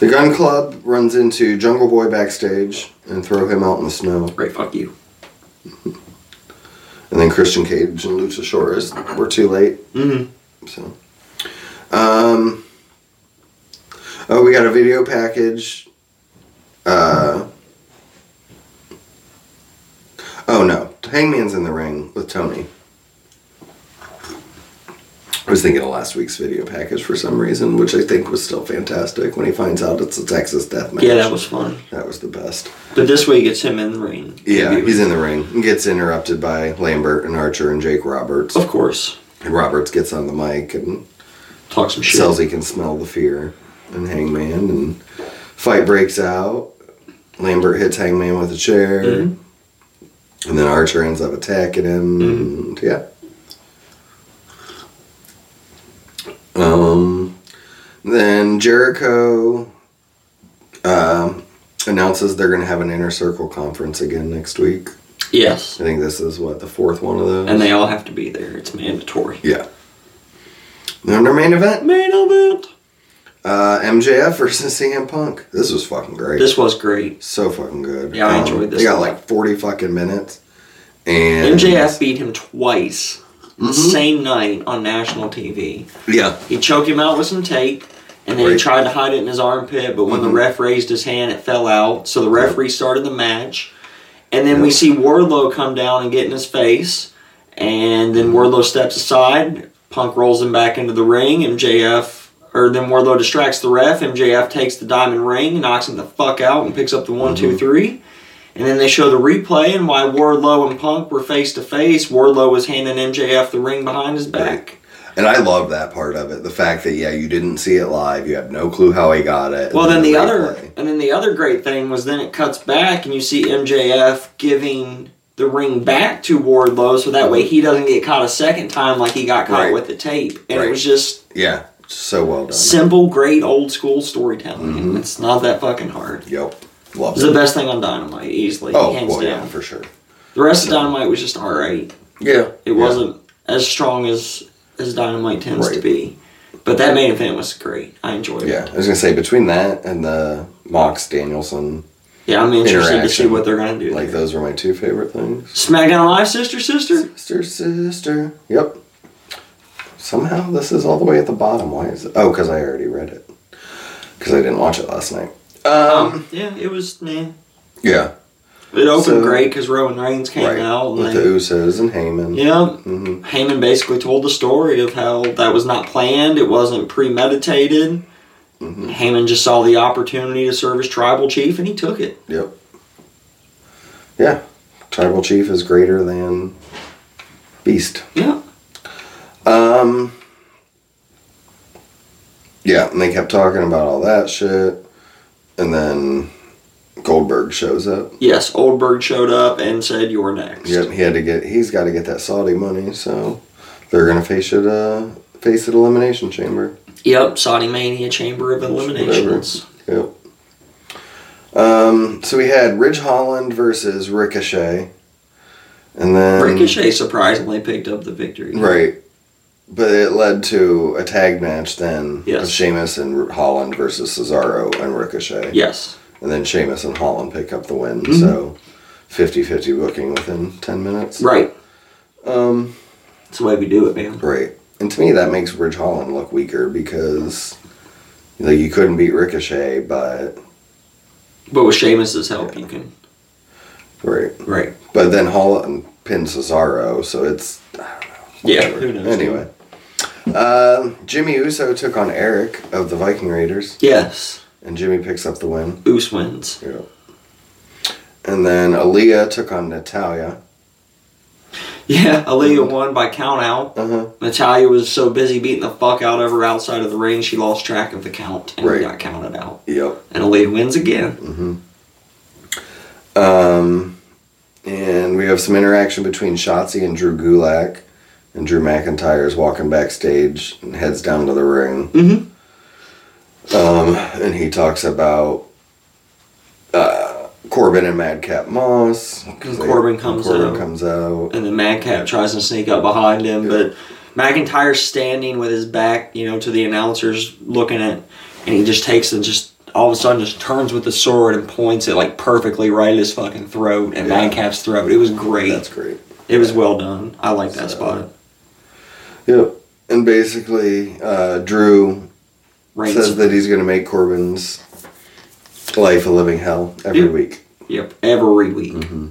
Speaker 1: The gun club runs into Jungle Boy backstage and throw him out in the snow.
Speaker 2: Great, fuck you.
Speaker 1: And then Christian Cage and Luchasaurus were too late.
Speaker 2: Mm-hmm.
Speaker 1: So. Um. Oh, we got a video package. Uh. Oh no, Hangman's in the ring with Tony. I was thinking of last week's video package for some reason, which I think was still fantastic when he finds out it's a Texas death match.
Speaker 2: Yeah, that was fun.
Speaker 1: that was the best.
Speaker 2: But this week it's him in the ring.
Speaker 1: Yeah, he's in the ring and gets interrupted by Lambert and Archer and Jake Roberts.
Speaker 2: Of course.
Speaker 1: And Roberts gets on the mic and
Speaker 2: Talk some shit.
Speaker 1: Selzy can smell the fear in Hangman, and fight breaks out. Lambert hits Hangman with a chair,
Speaker 2: Mhm. Mm-hmm.
Speaker 1: and then Archer ends up attacking him. And yeah. Um, then Jericho um, announces they're going to have an inner circle conference again next week. I
Speaker 2: Yes.
Speaker 1: think this is what the fourth one of those.
Speaker 2: And they all have to be there. It's mandatory.
Speaker 1: yeah. Then their main event.
Speaker 2: Main event.
Speaker 1: Uh, MJF versus CM Punk. This was fucking great.
Speaker 2: This was great.
Speaker 1: so fucking good. Um,
Speaker 2: Yeah, I enjoyed this
Speaker 1: They
Speaker 2: a
Speaker 1: got
Speaker 2: lot.
Speaker 1: like forty fucking minutes. And
Speaker 2: MJF beat him twice. the Same night on national TV.
Speaker 1: Yeah.
Speaker 2: He choked him out with some tape. and then he
Speaker 1: Right.
Speaker 2: tried to hide it in his armpit, but when the ref raised his hand, it fell out. So the ref restarted the match, and then we see Wardlow come down and get in his face, and then Wardlow steps aside. Punk rolls him back into the ring. MJF, or then Wardlow distracts the ref. MJF takes the diamond ring, knocks him the fuck out, and picks up the one, two, three. And then they show the replay and why Wardlow and Punk were face to face. Wardlow was handing MJF the ring behind his back.
Speaker 1: And I love that part of it. The fact that yeah, you didn't see it live. You have no clue how he got it. and
Speaker 2: Well, then the other
Speaker 1: replay.
Speaker 2: and then the other great thing was then it cuts back and you see MJF giving the ring back to Wardlow so that way he doesn't get caught a second time like he got caught
Speaker 1: Right.
Speaker 2: with the tape. And it
Speaker 1: Right.
Speaker 2: was just
Speaker 1: Yeah, so well done.
Speaker 2: simple, great old school storytelling.
Speaker 1: Mm-hmm.
Speaker 2: It's not that fucking hard.
Speaker 1: yep, love
Speaker 2: It's the
Speaker 1: it.
Speaker 2: best thing on Dynamite, easily,
Speaker 1: Oh,
Speaker 2: hands
Speaker 1: well, yeah,
Speaker 2: down.
Speaker 1: for sure.
Speaker 2: the rest of Dynamite was just alright.
Speaker 1: Yeah,
Speaker 2: It wasn't as strong as as Dynamite tends to
Speaker 1: Right.
Speaker 2: be. But that main event was great. I enjoyed
Speaker 1: Yeah,
Speaker 2: it.
Speaker 1: I was gonna say between that and the Mox Danielson,
Speaker 2: Yeah, I'm interested to see
Speaker 1: Interaction.
Speaker 2: what they're gonna do.
Speaker 1: like
Speaker 2: there.
Speaker 1: those were my two favorite things.
Speaker 2: SmackDown Live, sister, sister.
Speaker 1: Sister, sister. Yep. Somehow this is all the way at the bottom. Why is it? Oh, because I already read it. Because I didn't watch it last night. Um.
Speaker 2: Um, yeah, it was. Nah.
Speaker 1: Yeah.
Speaker 2: It opened
Speaker 1: So-
Speaker 2: great because Roman Reigns came
Speaker 1: Right.
Speaker 2: out. And
Speaker 1: With
Speaker 2: they,
Speaker 1: the Usos and Heyman.
Speaker 2: Yeah.
Speaker 1: Mhm.
Speaker 2: Heyman basically told the story of how that was not planned, it wasn't premeditated.
Speaker 1: Mm-hmm.
Speaker 2: Heyman just saw the opportunity to serve as tribal chief and he took it.
Speaker 1: Yep. Yeah. Tribal chief is greater than beast.
Speaker 2: Yeah.
Speaker 1: Um. Yeah, and they kept talking about all that shit, and then Goldberg shows up.
Speaker 2: Yes, Oldberg showed up and said, You're next.
Speaker 1: Yep, he had to get. He's got to get that Saudi money, so they're gonna face it. Uh, face it, elimination chamber.
Speaker 2: Yep, Saudi Mania Chamber of Eliminations.
Speaker 1: Yep. Um. So we had Ridge Holland versus Ricochet, and then
Speaker 2: Ricochet surprisingly picked up the victory.
Speaker 1: Right. But it led to a tag match then
Speaker 2: Yes.
Speaker 1: of Sheamus and R- Holland versus Cesaro and Ricochet.
Speaker 2: Yes.
Speaker 1: And then Sheamus and Holland pick up the win.
Speaker 2: Mm-hmm.
Speaker 1: So 50 50 booking within 10 minutes.
Speaker 2: Right.
Speaker 1: Um,
Speaker 2: That's the way we do it, man.
Speaker 1: right. And to me, that makes Ridge Holland look weaker because like, you couldn't beat Ricochet, but.
Speaker 2: But with Sheamus's help, you can.
Speaker 1: Right.
Speaker 2: Right.
Speaker 1: But then Holland pins Cesaro, so it's.
Speaker 2: Yeah.
Speaker 1: whatever.
Speaker 2: Who knows?
Speaker 1: Anyway. Um Jimmy Uso took on Eric of the Viking Raiders,
Speaker 2: Yes.
Speaker 1: and Jimmy picks up the win.
Speaker 2: Oos wins.
Speaker 1: Yeah. And then Aaliyah took on Natalia.
Speaker 2: Yeah, Aaliyah won by count out.
Speaker 1: Uh huh.
Speaker 2: Natalia was so busy beating the fuck out of her outside of the ring, she lost track of the count and
Speaker 1: Right. Mm.
Speaker 2: got counted out.
Speaker 1: Yep.
Speaker 2: And Aaliyah wins again.
Speaker 1: Um, and we have some interaction between Shotzi and Drew Gulak. And Drew McIntyre is walking backstage and heads down to the ring.
Speaker 2: Mhm. Mm-hmm.
Speaker 1: Um, and he talks about uh, Corbin and Madcap Moss. 'cause they-
Speaker 2: Corbin comes
Speaker 1: Corbin
Speaker 2: out.
Speaker 1: comes out.
Speaker 2: And then Madcap tries to sneak up behind him, but McIntyre's standing with his back, you know, to the announcers looking at, and he just takes and just all of a sudden just turns with the sword and points it like perfectly right at his fucking throat and
Speaker 1: Yeah.
Speaker 2: Madcap's throat. It was great.
Speaker 1: That's great.
Speaker 2: It was well done. I like that spot.
Speaker 1: Yep. And basically, uh, Drew
Speaker 2: Reigns.
Speaker 1: says that he's going to make Corbin's life a living hell every
Speaker 2: Yeah.
Speaker 1: week.
Speaker 2: Yep, every week.
Speaker 1: Mm-hmm.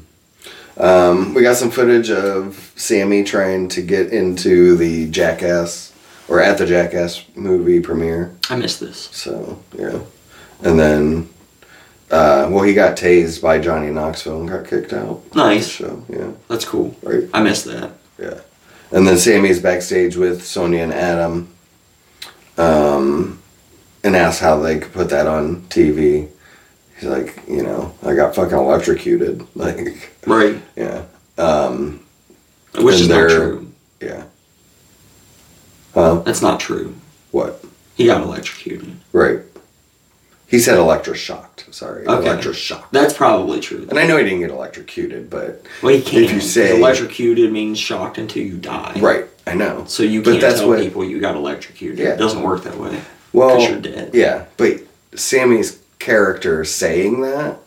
Speaker 1: Um, we got some footage of Sammy trying to get into the Jackass or at the Jackass movie premiere.
Speaker 2: I miss this.
Speaker 1: So yeah, and then uh, well, he got tased by Johnny Knoxville and got kicked out.
Speaker 2: Nice.
Speaker 1: So yeah,
Speaker 2: That's cool.
Speaker 1: right.
Speaker 2: I miss that.
Speaker 1: Yeah. And then Sammy's backstage with Sonya and Adam um, and asks how they could put that on TV. He's like, you know, I got fucking electrocuted. Like,
Speaker 2: Right.
Speaker 1: yeah. Um,
Speaker 2: Which
Speaker 1: And
Speaker 2: is not
Speaker 1: they're-
Speaker 2: true.
Speaker 1: yeah. Huh?
Speaker 2: That's not true.
Speaker 1: What?
Speaker 2: He got electrocuted.
Speaker 1: Right. He said electroshocked. Sorry.
Speaker 2: Okay.
Speaker 1: Electroshocked.
Speaker 2: That's probably true.
Speaker 1: And I know he didn't get electrocuted, but.
Speaker 2: well, he can't.
Speaker 1: if you say-
Speaker 2: electrocuted means shocked until you die.
Speaker 1: Right. I know.
Speaker 2: So you
Speaker 1: But
Speaker 2: can't
Speaker 1: that's
Speaker 2: tell
Speaker 1: what-
Speaker 2: people you got electrocuted.
Speaker 1: Yeah.
Speaker 2: It doesn't work that way.
Speaker 1: Well,
Speaker 2: because you're dead.
Speaker 1: Yeah, but Sammy's character saying that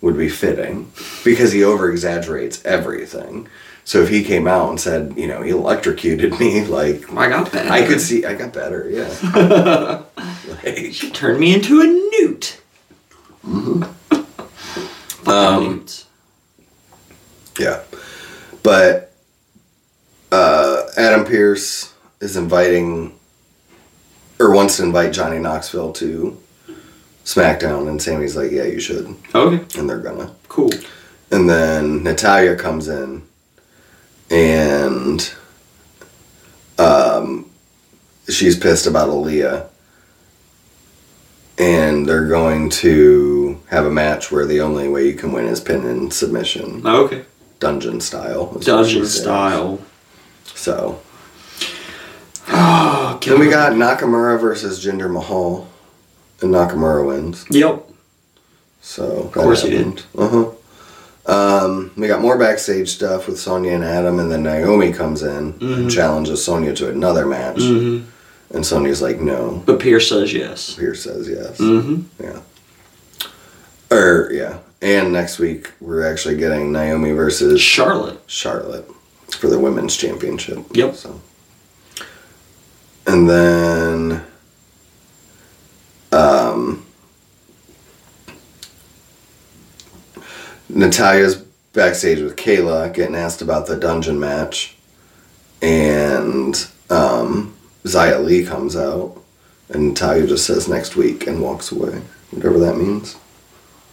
Speaker 1: would be fitting because he over exaggerates everything. So if he came out and said, you know, he electrocuted me, like
Speaker 2: I got better.
Speaker 1: I could see, I got better. Yeah. like,
Speaker 2: She turned me into a newt. Mm-hmm.
Speaker 1: Um, Yeah. But uh, Adam Pierce is inviting or wants to invite Johnny Knoxville to SmackDown and Sammy's like, Yeah, you should
Speaker 2: Okay.
Speaker 1: and they're gonna.
Speaker 2: Cool.
Speaker 1: And then Natalia comes in and um she's pissed about Aaliyah. And they're going to have a match where the only way you can win is pin and submission
Speaker 2: Okay.
Speaker 1: dungeon style. is what she
Speaker 2: Dungeon
Speaker 1: said.
Speaker 2: style.
Speaker 1: So
Speaker 2: Oh,
Speaker 1: then we got Nakamura versus Jinder Mahal, and Nakamura wins.
Speaker 2: Yep.
Speaker 1: So of
Speaker 2: course he
Speaker 1: Uh huh. Um, we got more backstage stuff with Sonya and Adam, and then Naomi comes in and challenges Sonya to another match,
Speaker 2: Mhm.
Speaker 1: and Sonya's like, "No."
Speaker 2: But Pierce says yes.
Speaker 1: Pierce says yes.
Speaker 2: Mm-hmm.
Speaker 1: Yeah. Or yeah. And next week we're actually getting Naomi versus
Speaker 2: Charlotte.
Speaker 1: Charlotte for the women's championship.
Speaker 2: Yep.
Speaker 1: So. And then, um, Natalia's backstage with Kayla, getting asked about the dungeon match, and um, Zaya Lee comes out, and Natalia just says next week and walks away, whatever that means.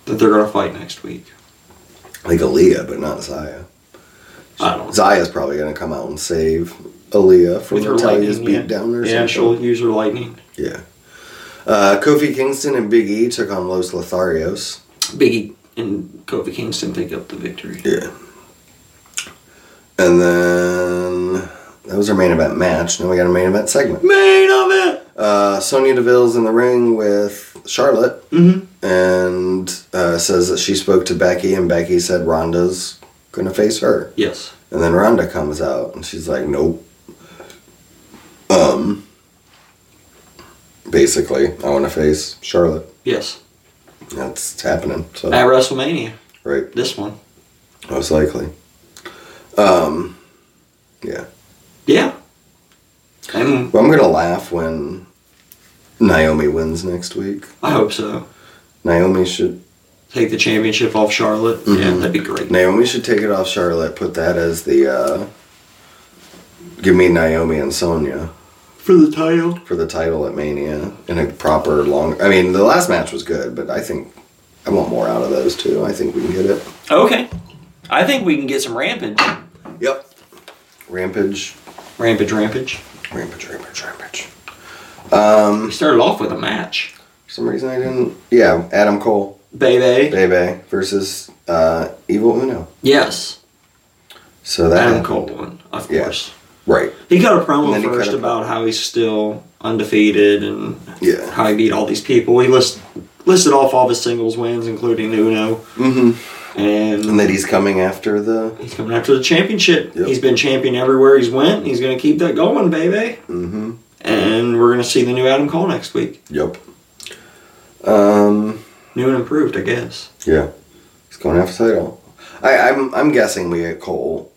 Speaker 2: That they're gonna fight next week.
Speaker 1: Like Aaliyah, but not Zaya.
Speaker 2: I don't. know.
Speaker 1: Zaya's probably gonna come out and save Aaliyah from
Speaker 2: With her
Speaker 1: Natalia's
Speaker 2: lightning, yeah.
Speaker 1: beatdown or
Speaker 2: yeah, she'll
Speaker 1: something.
Speaker 2: use her lightning.
Speaker 1: Yeah. Uh, Kofi Kingston and Big E took on Los Lotharios.
Speaker 2: Biggie and Kofi Kingston pick up the victory.
Speaker 1: Yeah. And then that was our main event match. Now we got a main event segment.
Speaker 2: Main of it.
Speaker 1: Uh, Sonya Deville's in the ring with Charlotte
Speaker 2: Mm-hmm.
Speaker 1: and uh, says that she spoke to Becky, and Becky said Ronda's gonna face her.
Speaker 2: Yes.
Speaker 1: And then Rhonda comes out and she's like, nope. Um, basically, I want to face Charlotte.
Speaker 2: Yes.
Speaker 1: That's happening. So,
Speaker 2: At WrestleMania,
Speaker 1: right.
Speaker 2: this one.
Speaker 1: Most likely. Um, yeah.
Speaker 2: Yeah. And
Speaker 1: Well, I'm going to laugh when Naomi wins next week.
Speaker 2: I hope so.
Speaker 1: Naomi should
Speaker 2: Take the championship off Charlotte. Yeah,
Speaker 1: Mhm.
Speaker 2: that'd be great.
Speaker 1: Naomi should take it off Charlotte. Put that as the uh, give me Naomi and Sonya.
Speaker 2: For the title.
Speaker 1: for the title at Mania in a proper long. I mean, the last match was good, but I think I want more out of those two. I think we can get it.
Speaker 2: Okay. I think we can get some rampage.
Speaker 1: Yep. Rampage,
Speaker 2: Rampage, rampage.
Speaker 1: rampage, rampage, rampage.
Speaker 2: We started off with a match.
Speaker 1: For some reason I didn't. Yeah, Adam Cole,
Speaker 2: Baby.
Speaker 1: Bebe versus uh, Evil Uno.
Speaker 2: Yes.
Speaker 1: So that
Speaker 2: Adam Cole won, of
Speaker 1: Yeah.
Speaker 2: course.
Speaker 1: right?
Speaker 2: He cut a
Speaker 1: And
Speaker 2: promo
Speaker 1: then he cut
Speaker 2: first
Speaker 1: a-
Speaker 2: about how he's still undefeated and
Speaker 1: Yeah.
Speaker 2: how he beat all these people. He list, listed off all of his singles wins, including Uno.
Speaker 1: Mm-hmm.
Speaker 2: And,
Speaker 1: And that he's coming after the.
Speaker 2: he's coming after the championship.
Speaker 1: Yep.
Speaker 2: He's been champion everywhere he's went. He's going to keep that going, baby.
Speaker 1: Mm-hmm.
Speaker 2: And we're going to see the new Adam Cole next week.
Speaker 1: Yep. Um.
Speaker 2: New and improved, I guess.
Speaker 1: Yeah, he's going after the title. I, I'm I'm guessing we get Cole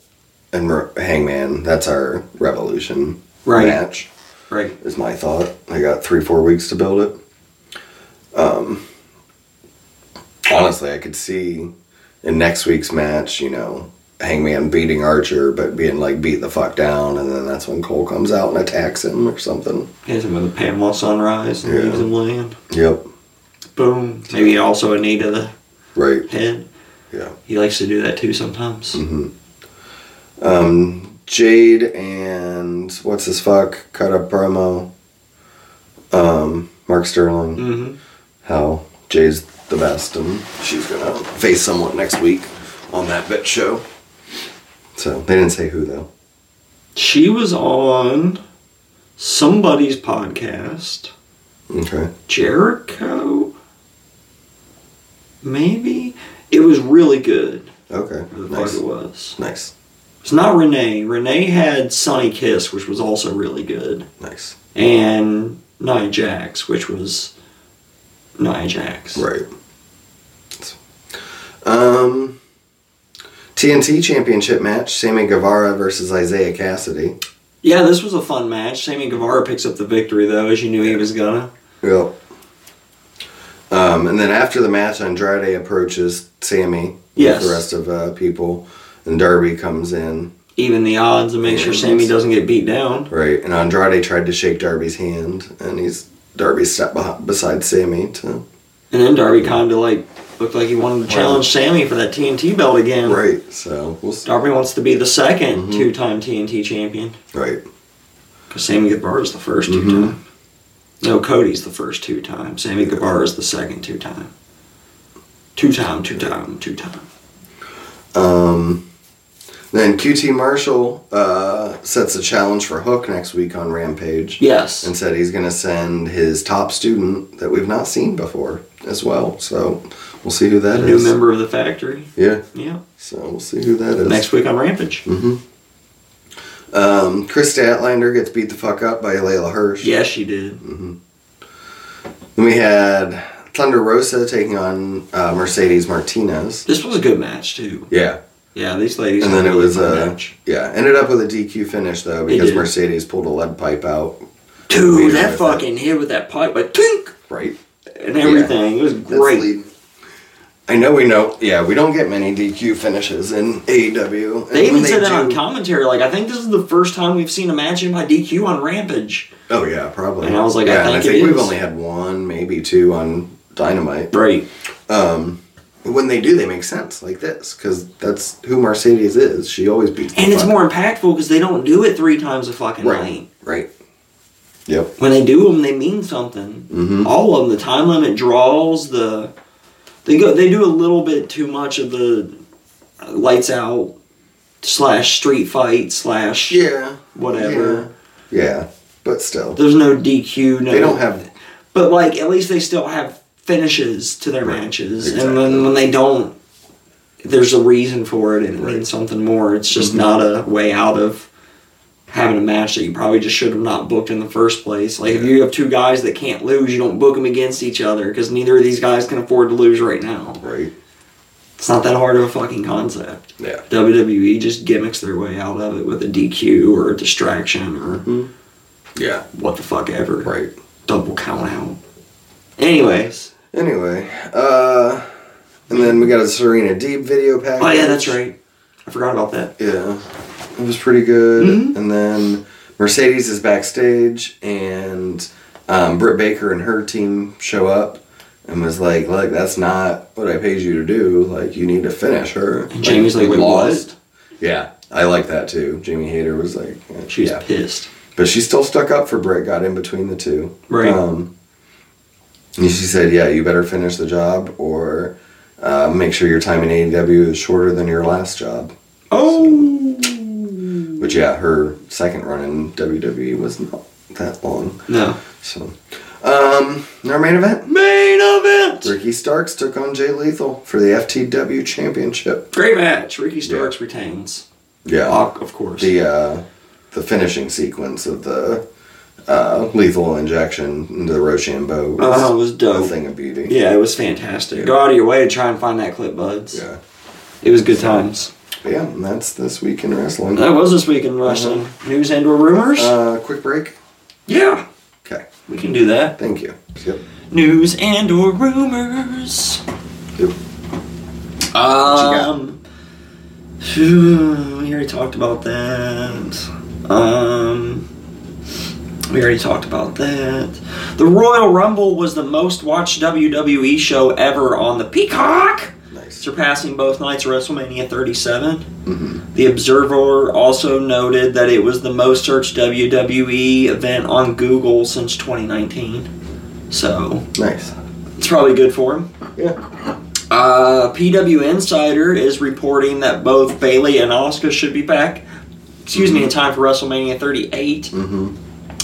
Speaker 1: and Mer- Hangman. That's our Revolution
Speaker 2: Right.
Speaker 1: match.
Speaker 2: Right.
Speaker 1: Is my thought. I got three four weeks to build it. Um, honestly, I could see in next week's match, you know, Hangman beating Archer, but being like beat the fuck down, and then that's when Cole comes out and attacks him or something.
Speaker 2: Hits him with a Pamela Sunrise and
Speaker 1: Yeah.
Speaker 2: leaves him laying.
Speaker 1: Yep.
Speaker 2: Boom. Maybe also a knee to the
Speaker 1: Right.
Speaker 2: head.
Speaker 1: Yeah.
Speaker 2: He likes to do that too sometimes.
Speaker 1: hmm Um, Jade and what's his fuck cut a promo. Um, Mark Sterling,
Speaker 2: hmm
Speaker 1: how Jade's the best, and she's gonna face someone next week on that bit show. So they didn't say who though.
Speaker 2: She was on somebody's podcast.
Speaker 1: Okay.
Speaker 2: Jericho? Maybe? It was really good.
Speaker 1: Okay.
Speaker 2: The fuck
Speaker 1: Nice.
Speaker 2: it was.
Speaker 1: Nice.
Speaker 2: It's not Renee. Renee had Sunny Kiss, which was also really good.
Speaker 1: Nice.
Speaker 2: And Nia Jax, which was Nia Jax.
Speaker 1: Right. Um, TNT Championship match: Sammy Guevara versus Isaiah Cassidy.
Speaker 2: Yeah, this was a fun match. Sammy Guevara picks up the victory though, as you knew he was gonna.
Speaker 1: Yep. Um, and then after the match, Andrade approaches Sammy
Speaker 2: Yes.
Speaker 1: with the rest of uh, people, and Darby comes in.
Speaker 2: Even the odds and make sure Sammy doesn't get beat down.
Speaker 1: Right, and Andrade tried to shake Darby's hand, and he's Darby stepped beh beside Sammy to
Speaker 2: And then Darby kind of like looked like he wanted to challenge Sammy for that TNT belt again.
Speaker 1: right. So we'll see.
Speaker 2: Darby wants to be the 2nd two two-time TNT champion
Speaker 1: Right,
Speaker 2: because Sammy Guevara's the 1st two-time. No, Cody's the first two-time. Sammy Guevara's the second two-time. Two-time, two-time, two-time.
Speaker 1: then QT Marshall uh, sets a challenge for Hook next week on Rampage,
Speaker 2: Yes.
Speaker 1: and said he's going to send his top student that we've not seen before as well. So we'll see who that
Speaker 2: a
Speaker 1: is.
Speaker 2: new member of the factory.
Speaker 1: Yeah.
Speaker 2: Yeah.
Speaker 1: So we'll see who that is.
Speaker 2: Next week on Rampage.
Speaker 1: Um, Chris Statlander gets beat the fuck up by Layla Hirsch.
Speaker 2: Yes, she did.
Speaker 1: Then we had Thunder Rosa taking on uh, Mercedes Martinez.
Speaker 2: This was a good match too.
Speaker 1: Yeah.
Speaker 2: Yeah, these ladies.
Speaker 1: And then
Speaker 2: had
Speaker 1: it was
Speaker 2: a good
Speaker 1: uh,
Speaker 2: match.
Speaker 1: yeah, ended up with a DQ finish though because
Speaker 2: did.
Speaker 1: Mercedes pulled a lead pipe out.
Speaker 2: dude,
Speaker 1: leader
Speaker 2: that
Speaker 1: with
Speaker 2: fucking hit with that pipe, but tink
Speaker 1: Right.
Speaker 2: and everything. It was
Speaker 1: That's
Speaker 2: great.
Speaker 1: leading. I know we know. Yeah, we don't get many DQ finishes in AEW. and
Speaker 2: They even
Speaker 1: when
Speaker 2: said that on
Speaker 1: do-
Speaker 2: commentary. Like, I think this is the first time we've seen a match in by DQ on Rampage.
Speaker 1: Oh yeah, probably.
Speaker 2: And I was like, I
Speaker 1: yeah, and
Speaker 2: think
Speaker 1: I
Speaker 2: it
Speaker 1: think we've
Speaker 2: is.
Speaker 1: only had one, maybe two on Dynamite.
Speaker 2: Right.
Speaker 1: But when they do, they make sense like this because that's who Mercedes is. She always beats. the
Speaker 2: And it's
Speaker 1: fuck-
Speaker 2: more impactful because they don't do it three times a fucking
Speaker 1: right,
Speaker 2: night.
Speaker 1: right. Yep.
Speaker 2: When they do them, they mean something.
Speaker 1: Mm-hmm.
Speaker 2: All of them. The time limit draws the. They go. They do a little bit too much of the uh, lights out slash street fight slash
Speaker 1: Yeah.
Speaker 2: whatever.
Speaker 1: Yeah, Yeah, but still,
Speaker 2: There's no DQ. No,
Speaker 1: they don't have.
Speaker 2: But like, at least they still have finishes to their
Speaker 1: Right.
Speaker 2: matches,
Speaker 1: Exactly.
Speaker 2: and then when they don't, there's a reason for it, and it
Speaker 1: Right. Mm-hmm.
Speaker 2: means something more. It's just not a way out of having a match that you probably just should have not booked in the first place. Like, if you have two guys that can't lose, you don't book them against each other because neither of these guys can afford to lose right now.
Speaker 1: Right.
Speaker 2: It's not that hard of a fucking concept.
Speaker 1: Yeah.
Speaker 2: WWE just gimmicks their way out of it with a DQ or a distraction or
Speaker 1: Yeah.
Speaker 2: what the fuck ever.
Speaker 1: Mm-hmm. Right.
Speaker 2: Double count out. Anyways.
Speaker 1: Anyway, uh, and then we got a Serena Deeb video package.
Speaker 2: Oh yeah, that's right. I forgot about that.
Speaker 1: Yeah, it was pretty good. And then Mercedes is backstage, and um, Britt Baker and her team show up and was like, "Look, that's not what I paid you to do. Like, you need to finish her."
Speaker 2: And Jamie's like,
Speaker 1: we
Speaker 2: "Wait, what?"
Speaker 1: Yeah, I like that too. Jamie Hayter was like, eh,
Speaker 2: She was
Speaker 1: "Yeah,"
Speaker 2: pissed.
Speaker 1: but she still stuck up for Britt. Got in between the two.
Speaker 2: Right.
Speaker 1: Um, and she said, "Yeah, you better finish the job, or uh, make sure your time in AEW is shorter than your last job."
Speaker 2: Oh.
Speaker 1: But yeah, her second run in WWE was not that long.
Speaker 2: No.
Speaker 1: So, um, our main event:
Speaker 2: Main event.
Speaker 1: Ricky Starks took on Jay Lethal for the FTW Championship.
Speaker 2: Great match. Ricky Starks retains.
Speaker 1: Yeah,
Speaker 2: Of of course.
Speaker 1: the uh, the finishing sequence of the uh, lethal injection into the Rochambeau was
Speaker 2: Uh, it was
Speaker 1: a
Speaker 2: dope.
Speaker 1: thing of beauty.
Speaker 2: Yeah, it was fantastic. Go out of your way to try and find that clip, buds.
Speaker 1: yeah,
Speaker 2: It was good times.
Speaker 1: But yeah. And that's this week in wrestling.
Speaker 2: That was this week in wrestling. News and or rumors?
Speaker 1: Uh, quick break.
Speaker 2: yeah.
Speaker 1: Okay,
Speaker 2: We can do that.
Speaker 1: thank you. Yep.
Speaker 2: News and or rumors.
Speaker 1: Yep.
Speaker 2: Um, we already talked about that. Um, we already talked about that. The Royal Rumble was the most watched WWE show ever on the Peacock,
Speaker 1: Nice.
Speaker 2: surpassing both nights of WrestleMania 37. The Observer also noted that it was the most searched WWE event on Google since 2019. So
Speaker 1: Nice.
Speaker 2: it's probably good for him.
Speaker 1: Yeah.
Speaker 2: Uh, PW Insider is reporting that both Bailey and Oscar should be back. Excuse me, in time for WrestleMania 38.
Speaker 1: Mhm.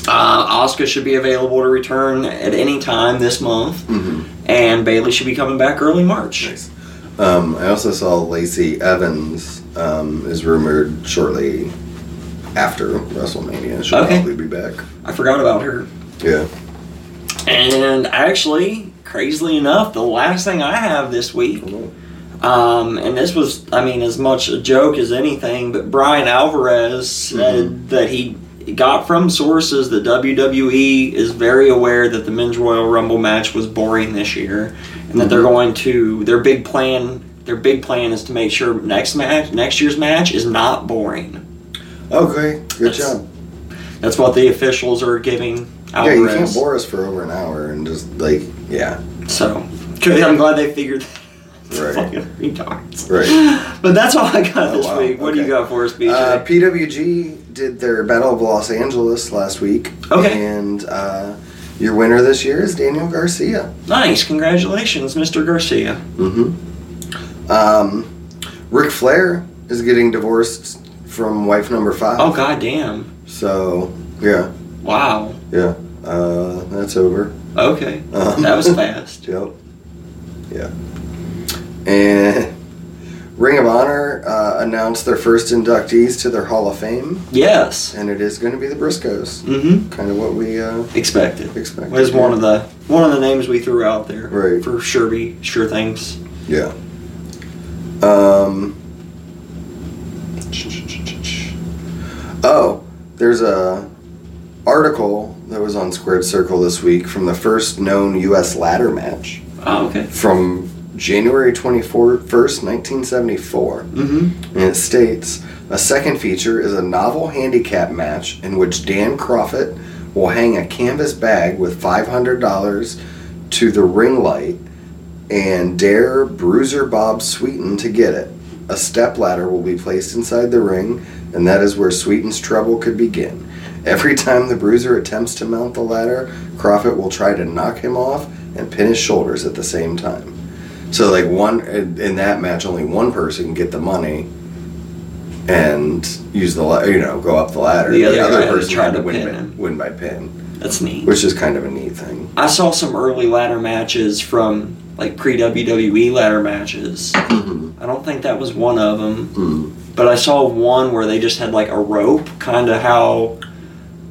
Speaker 2: Oscar should be available to return at any time this month,
Speaker 1: Mm-hmm.
Speaker 2: and Bailey should be coming back early March.
Speaker 1: Nice. Um, I also saw Lacey Evans um, is rumored shortly after WrestleMania. She'll
Speaker 2: Okay.
Speaker 1: probably be back.
Speaker 2: I forgot about her.
Speaker 1: Yeah.
Speaker 2: And actually, crazily enough, the last thing I have this week Um, and this was, I mean, as much a joke as anything, but Brian Alvarez said
Speaker 1: Mm-hmm.
Speaker 2: that he got from sources that WWE is very aware that the men's Royal Rumble match was boring this year and that
Speaker 1: Mm-hmm.
Speaker 2: they're going to, their big plan, their big plan is to make sure next match, next year's match is not boring.
Speaker 1: Okay, good
Speaker 2: That's-
Speaker 1: job.
Speaker 2: That's what the officials are giving
Speaker 1: Yeah,
Speaker 2: Alvarez.
Speaker 1: you can't bore us for over an hour and just like yeah,
Speaker 2: So, good. I'm glad they figured that.
Speaker 1: right,
Speaker 2: Fucking retards.
Speaker 1: right.
Speaker 2: But that's all I got
Speaker 1: Oh,
Speaker 2: this
Speaker 1: wow.
Speaker 2: week. What do you
Speaker 1: Okay.
Speaker 2: got for us, BJ?
Speaker 1: Uh, PWG did their Battle of Los Angeles last week.
Speaker 2: Okay.
Speaker 1: And uh, your winner this year is Daniel Garcia.
Speaker 2: nice. Congratulations, Mr. Garcia.
Speaker 1: Mm-hmm. Um, Ric Flair is getting divorced from wife number five.
Speaker 2: Oh, goddamn.
Speaker 1: So yeah,
Speaker 2: Wow.
Speaker 1: yeah, uh, that's over.
Speaker 2: Okay.
Speaker 1: Um,
Speaker 2: That was fast.
Speaker 1: Yep. Yeah. And Ring of Honor uh, announced their first inductees to their Hall of Fame,
Speaker 2: Yes.
Speaker 1: and it is going to be the Briscoes.
Speaker 2: Mm hmm.
Speaker 1: Kind of what we uh,
Speaker 2: Expected.
Speaker 1: expected.
Speaker 2: Was one of the one of the names we threw out there.
Speaker 1: Right.
Speaker 2: For sure be sure things.
Speaker 1: Yeah. Um. Oh, there's a article that was on Squared Circle this week from the first known U.S. ladder match
Speaker 2: Oh, okay.
Speaker 1: from January 24st, 1974.
Speaker 2: Mm-hmm.
Speaker 1: And it states a second feature is a novel handicap match in which Dan Crawford will hang a canvas bag with $500 to the ring light and dare bruiser Bob Sweeten to get it. A step ladder will be placed inside the ring, and that is where Sweeten's trouble could begin. Every time the bruiser attempts to mount the ladder, Crawford will try to knock him off and pin his shoulders at the same time. So like one in in that match, only one person can get the money and use the la- you know go up the ladder.
Speaker 2: The other guy
Speaker 1: other
Speaker 2: had to
Speaker 1: person
Speaker 2: try
Speaker 1: had to
Speaker 2: to
Speaker 1: win
Speaker 2: pin
Speaker 1: by,
Speaker 2: him.
Speaker 1: win by pin,
Speaker 2: That's neat.
Speaker 1: which is kind of a neat thing.
Speaker 2: I saw some early ladder matches from like pre WWE E ladder matches.
Speaker 1: Mm-hmm.
Speaker 2: I don't think that was one of them. But I saw one where they just had like a rope, kind of how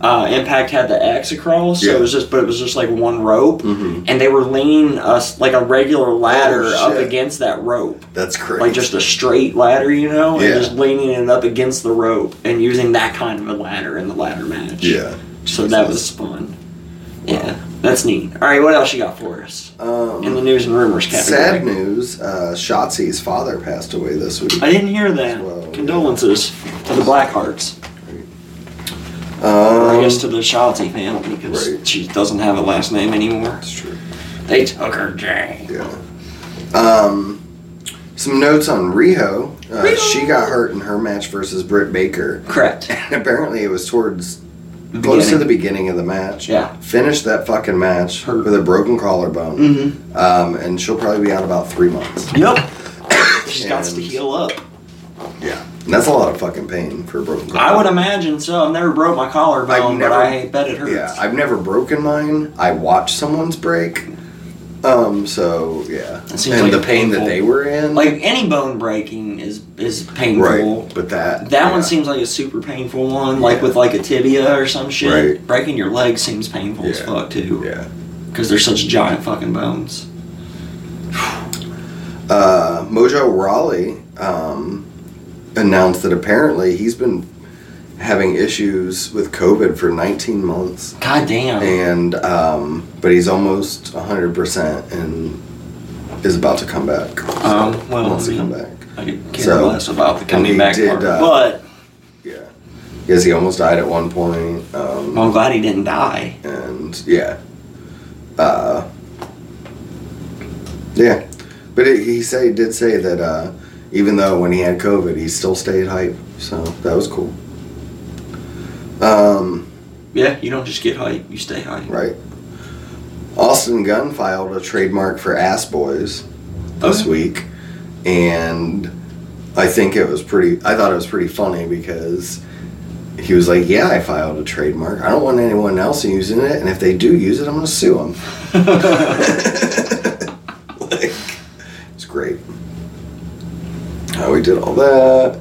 Speaker 2: uh, Impact had the X across. So
Speaker 1: Yeah.
Speaker 2: it was just, but it was just like one rope,
Speaker 1: Mhm.
Speaker 2: and they were leaning us like a regular ladder
Speaker 1: Oh,
Speaker 2: up
Speaker 1: shit.
Speaker 2: against that rope,
Speaker 1: That's crazy.
Speaker 2: like just a straight ladder, you know,
Speaker 1: Yeah.
Speaker 2: and just leaning it up against the rope and using that kind of a ladder in the ladder match.
Speaker 1: yeah.
Speaker 2: So that was fun. Yeah, that's neat. All right, what else you got for us in the
Speaker 1: Um,
Speaker 2: news and rumors category?
Speaker 1: sad news: uh, Shotzi's father passed away this week.
Speaker 2: I didn't hear that.
Speaker 1: Well,
Speaker 2: Condolences to the Blackhearts. Or I
Speaker 1: Um,
Speaker 2: guess to the Shotzi family because
Speaker 1: Right.
Speaker 2: she doesn't have a last name anymore.
Speaker 1: that's true.
Speaker 2: They took her Jay.
Speaker 1: Yeah. Um, some notes on Riho. Uh,
Speaker 2: Riho.
Speaker 1: She got hurt in her match versus Britt Baker.
Speaker 2: Correct.
Speaker 1: Apparently, it was towards close to the beginning of the match.
Speaker 2: Yeah.
Speaker 1: Finished that fucking match
Speaker 2: Hurt.
Speaker 1: with a broken collarbone.
Speaker 2: Mhm.
Speaker 1: Um, and she'll probably be out about three months.
Speaker 2: Yep. She's got to
Speaker 1: And-
Speaker 2: heal up.
Speaker 1: Yeah. And that's a lot of fucking pain for a broken
Speaker 2: I would
Speaker 1: collarbone.
Speaker 2: imagine so. I've never broke my collarbone,
Speaker 1: I've never-
Speaker 2: but I bet it hurts.
Speaker 1: Yeah. I've never broken mine. I watched someone's break. Um, so yeah.
Speaker 2: That seems
Speaker 1: and
Speaker 2: like
Speaker 1: the pain
Speaker 2: painful.
Speaker 1: that they were in.
Speaker 2: like any bone breaking is is painful.
Speaker 1: right. But that
Speaker 2: That one
Speaker 1: yeah.
Speaker 2: seems like a super painful one, like
Speaker 1: Yeah.
Speaker 2: with like a tibia or some shit.
Speaker 1: Right.
Speaker 2: Breaking your leg seems painful as
Speaker 1: Yeah.
Speaker 2: fuck too,
Speaker 1: Yeah.
Speaker 2: because they're such giant fucking bones.
Speaker 1: uh, Mojo Raleigh um, announced that apparently he's been having issues with COVID for 19 months,
Speaker 2: God damn.
Speaker 1: and um, but he's almost 100 percent and is about to come back.
Speaker 2: Um, well,
Speaker 1: wants to
Speaker 2: I
Speaker 1: come
Speaker 2: mean-
Speaker 1: back.
Speaker 2: I could care
Speaker 1: So,
Speaker 2: less about the
Speaker 1: and
Speaker 2: coming
Speaker 1: he
Speaker 2: back
Speaker 1: did,
Speaker 2: part,
Speaker 1: uh,
Speaker 2: but
Speaker 1: Yeah, because he almost died at one point, um,
Speaker 2: I'm glad he didn't die.
Speaker 1: and yeah, uh, yeah. But it, he say did say that uh, even though when he had COVID, he still stayed hype. So that was cool. Um,
Speaker 2: Yeah, you don't just get hype; you stay hype.
Speaker 1: right. Austin Gunn filed a trademark for Ass Boys this
Speaker 2: Okay.
Speaker 1: week, and I think it was pretty. I thought it was pretty funny because he was like, "Yeah, I filed a trademark. I don't want anyone else using it, and if they do use it, I'm gonna sue them." like, it's great. Uh, we did all that.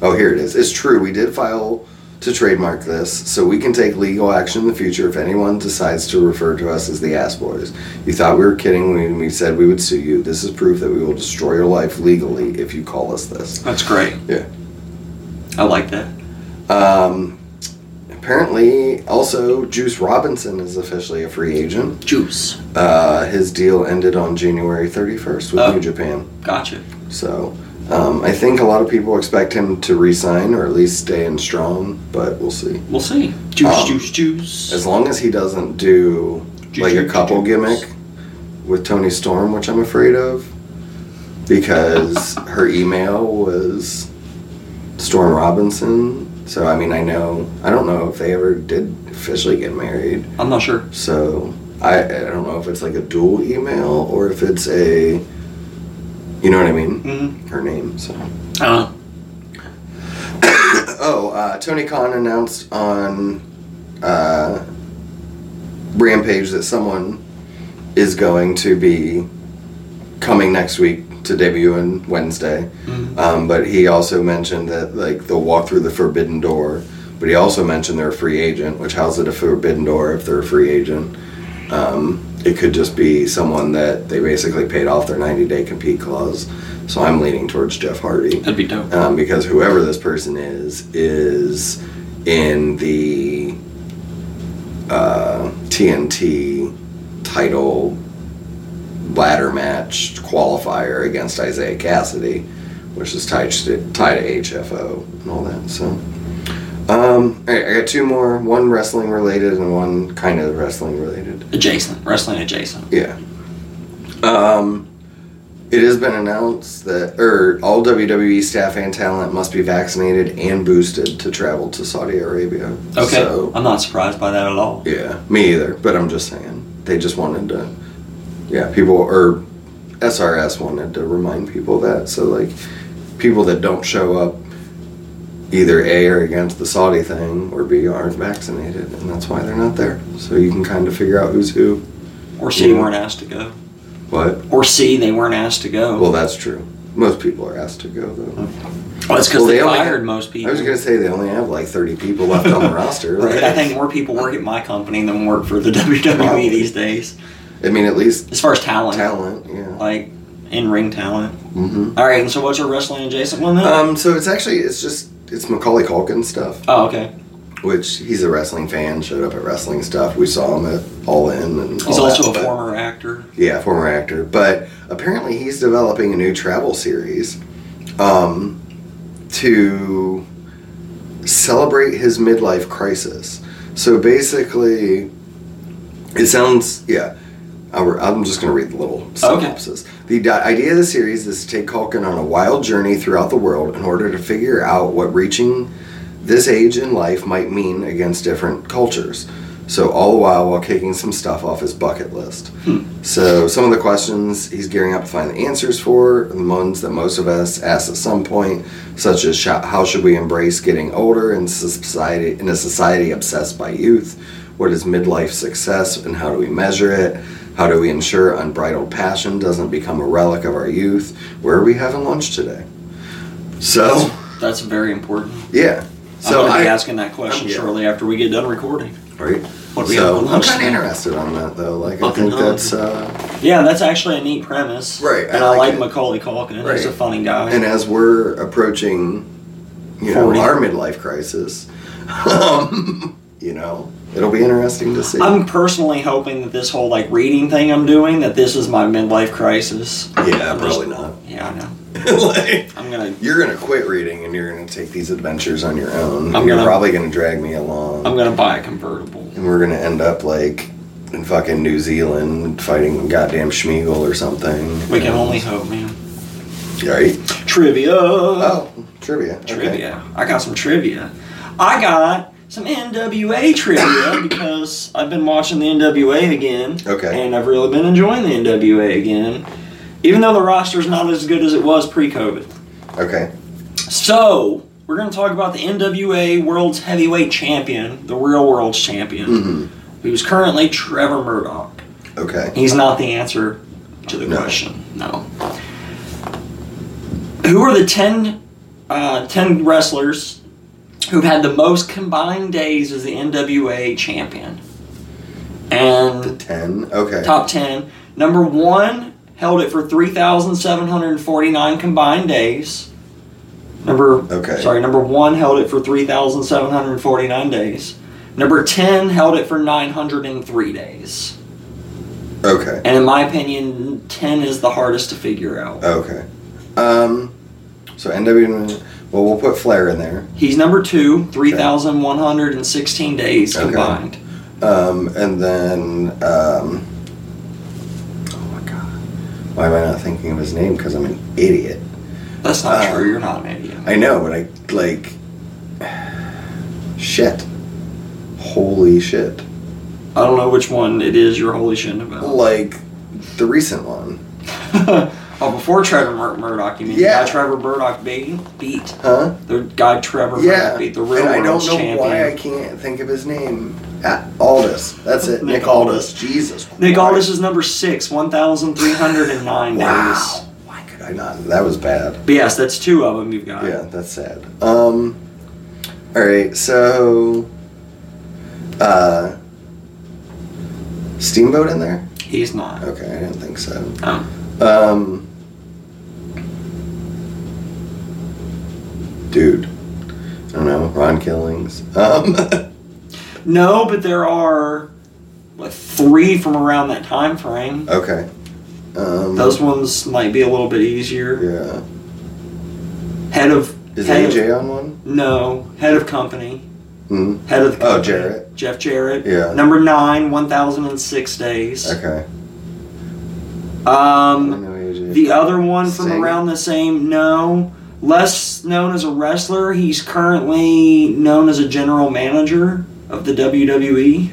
Speaker 1: Oh, here it is. It's true. We did file to trademark this, so we can take legal action in the future if anyone decides to refer to us as the Ass Boys. You thought we were kidding when we said we would sue you. This is proof that we will destroy your life legally if you call us this.
Speaker 2: That's great.
Speaker 1: Yeah.
Speaker 2: I like that.
Speaker 1: Um, apparently, also, Juice Robinson is officially a free agent.
Speaker 2: Juice.
Speaker 1: Uh, his deal ended on January 31st with
Speaker 2: Oh.
Speaker 1: New Japan.
Speaker 2: Gotcha.
Speaker 1: So um, I think a lot of people expect him to resign or at least stay in strong, but we'll see.
Speaker 2: We'll see. Juice,
Speaker 1: Um,
Speaker 2: juice, juice.
Speaker 1: As long as he doesn't do like a couple gimmick with Tony Storm, which I'm afraid of, because her email was Storm Robinson. So I mean, I know I don't know if they ever did officially get married.
Speaker 2: I'm not sure.
Speaker 1: So I, I don't know if it's like a dual email or if it's a, you know what I mean?
Speaker 2: Mm-hmm.
Speaker 1: Her name. So.
Speaker 2: Uh,
Speaker 1: Oh, uh, Tony Khan announced on uh, Rampage that someone is going to be coming next week to debut on Wednesday. Um, but he also mentioned that like they'll walk through the forbidden door. But he also mentioned they're a free agent, which how's it a forbidden door if they're a free agent? Um, it could just be someone that they basically paid off their 90 day compete clause. So I'm leaning towards Jeff Hardy
Speaker 2: that'd be dope.
Speaker 1: um, because whoever this person is is in the uh, TNT title ladder match qualifier against Isaiah Cassidy, which is tied to, tied to HFO and all that. So, um, all right, I got two more. One wrestling related and one kind of wrestling related.
Speaker 2: Adjacent. Wrestling adjacent.
Speaker 1: Yeah. Um, it has been announced that, or all WWE staff and talent must be vaccinated and boosted to travel to Saudi Arabia.
Speaker 2: Okay.
Speaker 1: So,
Speaker 2: I'm not surprised by that at all.
Speaker 1: yeah, me either. But I'm just saying, they just wanted to, yeah, people er, or SRS wanted to remind people that. So like, people that don't show up, either A are against the Saudi thing or B aren't vaccinated, and that's why they're not there. So you can kind of figure out who's who.
Speaker 2: Or C,
Speaker 1: Yeah.
Speaker 2: weren't asked to go.
Speaker 1: What?
Speaker 2: Or C, they weren't asked to go.
Speaker 1: Well, that's true. Most people are asked to go though.
Speaker 2: Well, that's because
Speaker 1: Well,
Speaker 2: Oh, they,
Speaker 1: they only-
Speaker 2: fired most people.
Speaker 1: I was gonna say they only have like thirty people left on the roster.
Speaker 2: Right.
Speaker 1: Like,
Speaker 2: I think more people work at my company than work for the WWE
Speaker 1: Probably.
Speaker 2: these days.
Speaker 1: I mean, at least
Speaker 2: As far as talent,
Speaker 1: talent. Yeah.
Speaker 2: like in ring talent.
Speaker 1: hmm
Speaker 2: All right, and so what's your wrestling adjacent one then?
Speaker 1: Um. So it's actually it's just it's Macaulay Culkin stuff,
Speaker 2: oh, okay.
Speaker 1: which he's a wrestling fan. Showed up at wrestling stuff. We saw him at All In, and
Speaker 2: He's
Speaker 1: all
Speaker 2: also
Speaker 1: that,
Speaker 2: a
Speaker 1: but-
Speaker 2: former actor.
Speaker 1: Yeah, former actor. But apparently he's developing a new travel series um, to celebrate his midlife crisis. So basically, it sounds, yeah. I'll- I'm just going to read the little synopsis. The di- idea of the series is to take Culkin on a wild journey throughout the world in order to figure out what reaching this age in life might mean against different cultures. So all the while while kicking some stuff off his bucket list. So some of the questions he's gearing up to find the answers for, and the ones that most of us ask at some point, such as sho- how should we embrace getting older in society in a society obsessed by youth? What is midlife success, and how do we measure it? How do we ensure unbridled passion doesn't become a relic of our youth? Where are we having lunch today? So
Speaker 2: That's very important.
Speaker 1: yeah, so
Speaker 2: So I'm going to
Speaker 1: I,
Speaker 2: be asking that question
Speaker 1: Yeah.
Speaker 2: shortly after we get done recording.
Speaker 1: right.
Speaker 2: What do we have
Speaker 1: so
Speaker 2: for
Speaker 1: I'm
Speaker 2: lunch
Speaker 1: kind of
Speaker 2: today?
Speaker 1: interested on that though. Like I
Speaker 2: Fucking
Speaker 1: think
Speaker 2: hell.
Speaker 1: that's. Uh,
Speaker 2: Yeah, that's actually a neat premise.
Speaker 1: Right, I
Speaker 2: And I like,
Speaker 1: like it.
Speaker 2: Macaulay Culkin. He's a
Speaker 1: Right.
Speaker 2: funny guy.
Speaker 1: And as we're approaching, you know,
Speaker 2: 40.
Speaker 1: our midlife crisis, um, you know, it'll be interesting to see.
Speaker 2: I'm personally hoping that this whole like reading thing I'm doing that this is my midlife crisis.
Speaker 1: yeah, Uh, probably not.
Speaker 2: Yeah, I know.
Speaker 1: like,
Speaker 2: I'm gonna
Speaker 1: you're gonna quit reading and you're gonna take these adventures on your own.
Speaker 2: I'm
Speaker 1: you're
Speaker 2: gonna-
Speaker 1: probably gonna drag me along,
Speaker 2: I'm gonna buy a convertible.
Speaker 1: and we're gonna end up like in fucking New Zealand fighting goddamn Schmeagle or something.
Speaker 2: We can only hope, man.
Speaker 1: right.
Speaker 2: Trivia.
Speaker 1: Oh, trivia. okay.
Speaker 2: Trivia. I got some trivia. I got some NWA trivia because I've been watching the NWA again.
Speaker 1: Okay.
Speaker 2: And I've really been enjoying the NWA again. Even though the roster's not as good as it was pre COVID.
Speaker 1: Okay.
Speaker 2: So, we're going to talk about the NWA World's Heavyweight Champion, the real world's champion,
Speaker 1: Mm-hmm.
Speaker 2: who's currently Trevor Murdoch.
Speaker 1: Okay.
Speaker 2: He's not the answer to the
Speaker 1: No.
Speaker 2: question. No. Who are the 10, uh, 10 wrestlers who've had the most combined days as the NWA champion. And
Speaker 1: 10. Okay.
Speaker 2: top 10. Number one held it for 3,749 combined days. Number
Speaker 1: Okay.
Speaker 2: sorry, number one held it for 3,749 days. Number 10 held it for 903 days.
Speaker 1: Okay.
Speaker 2: And in my opinion, 10 is the hardest to figure out.
Speaker 1: Okay. Um, so NW. Well, we'll put Flair in there.
Speaker 2: He's number two, 3,116 days
Speaker 1: Okay.
Speaker 2: combined.
Speaker 1: Um, and then. Um, oh my god. Why am I not thinking of his name? Because I'm an idiot.
Speaker 2: That's not
Speaker 1: Uh,
Speaker 2: true. You're not an idiot.
Speaker 1: I know, but I like. Shit. Holy shit.
Speaker 2: I don't know which one it is you're holy shit about.
Speaker 1: Like the recent one,
Speaker 2: oh, before Trevor Mur- Murdoch, you mean
Speaker 1: Yeah.
Speaker 2: the guy Trevor Murdoch beat? Beat.
Speaker 1: huh?
Speaker 2: The guy Trevor
Speaker 1: Yeah.
Speaker 2: Murdoch beat the real
Speaker 1: and I don't
Speaker 2: world's
Speaker 1: know
Speaker 2: champion.
Speaker 1: why I can't think of his name. Ah, Aldous. That's it. Nick,
Speaker 2: Nick
Speaker 1: Aldous. Jesus. Christ.
Speaker 2: Nick Aldis is number six, 1,309
Speaker 1: Wow.
Speaker 2: days.
Speaker 1: Why could I not? That was bad.
Speaker 2: But yes, that's two of them you've got.
Speaker 1: Yeah, that's sad. Um. All right. So. Uh. Steamboat in there?
Speaker 2: He's not.
Speaker 1: Okay, I didn't think so.
Speaker 2: Oh.
Speaker 1: Um. Dude. I don't know. Ron Killings. Um.
Speaker 2: No, but there are like, three from around that time frame.
Speaker 1: okay. Um.
Speaker 2: Those ones might be a little bit easier.
Speaker 1: Yeah.
Speaker 2: Head of
Speaker 1: Is
Speaker 2: head of-
Speaker 1: AJ on one?
Speaker 2: no head of company.
Speaker 1: Hmm.
Speaker 2: Head of the
Speaker 1: Oh,
Speaker 2: company,
Speaker 1: Jarrett.
Speaker 2: Jeff Jarrett.
Speaker 1: Yeah.
Speaker 2: Number nine, one thousand and six days.
Speaker 1: Okay. I
Speaker 2: Um,
Speaker 1: know AJ.
Speaker 2: the other one from
Speaker 1: Singh?
Speaker 2: around the same. No, less known as a wrestler. He's currently known as a general manager of the WWE.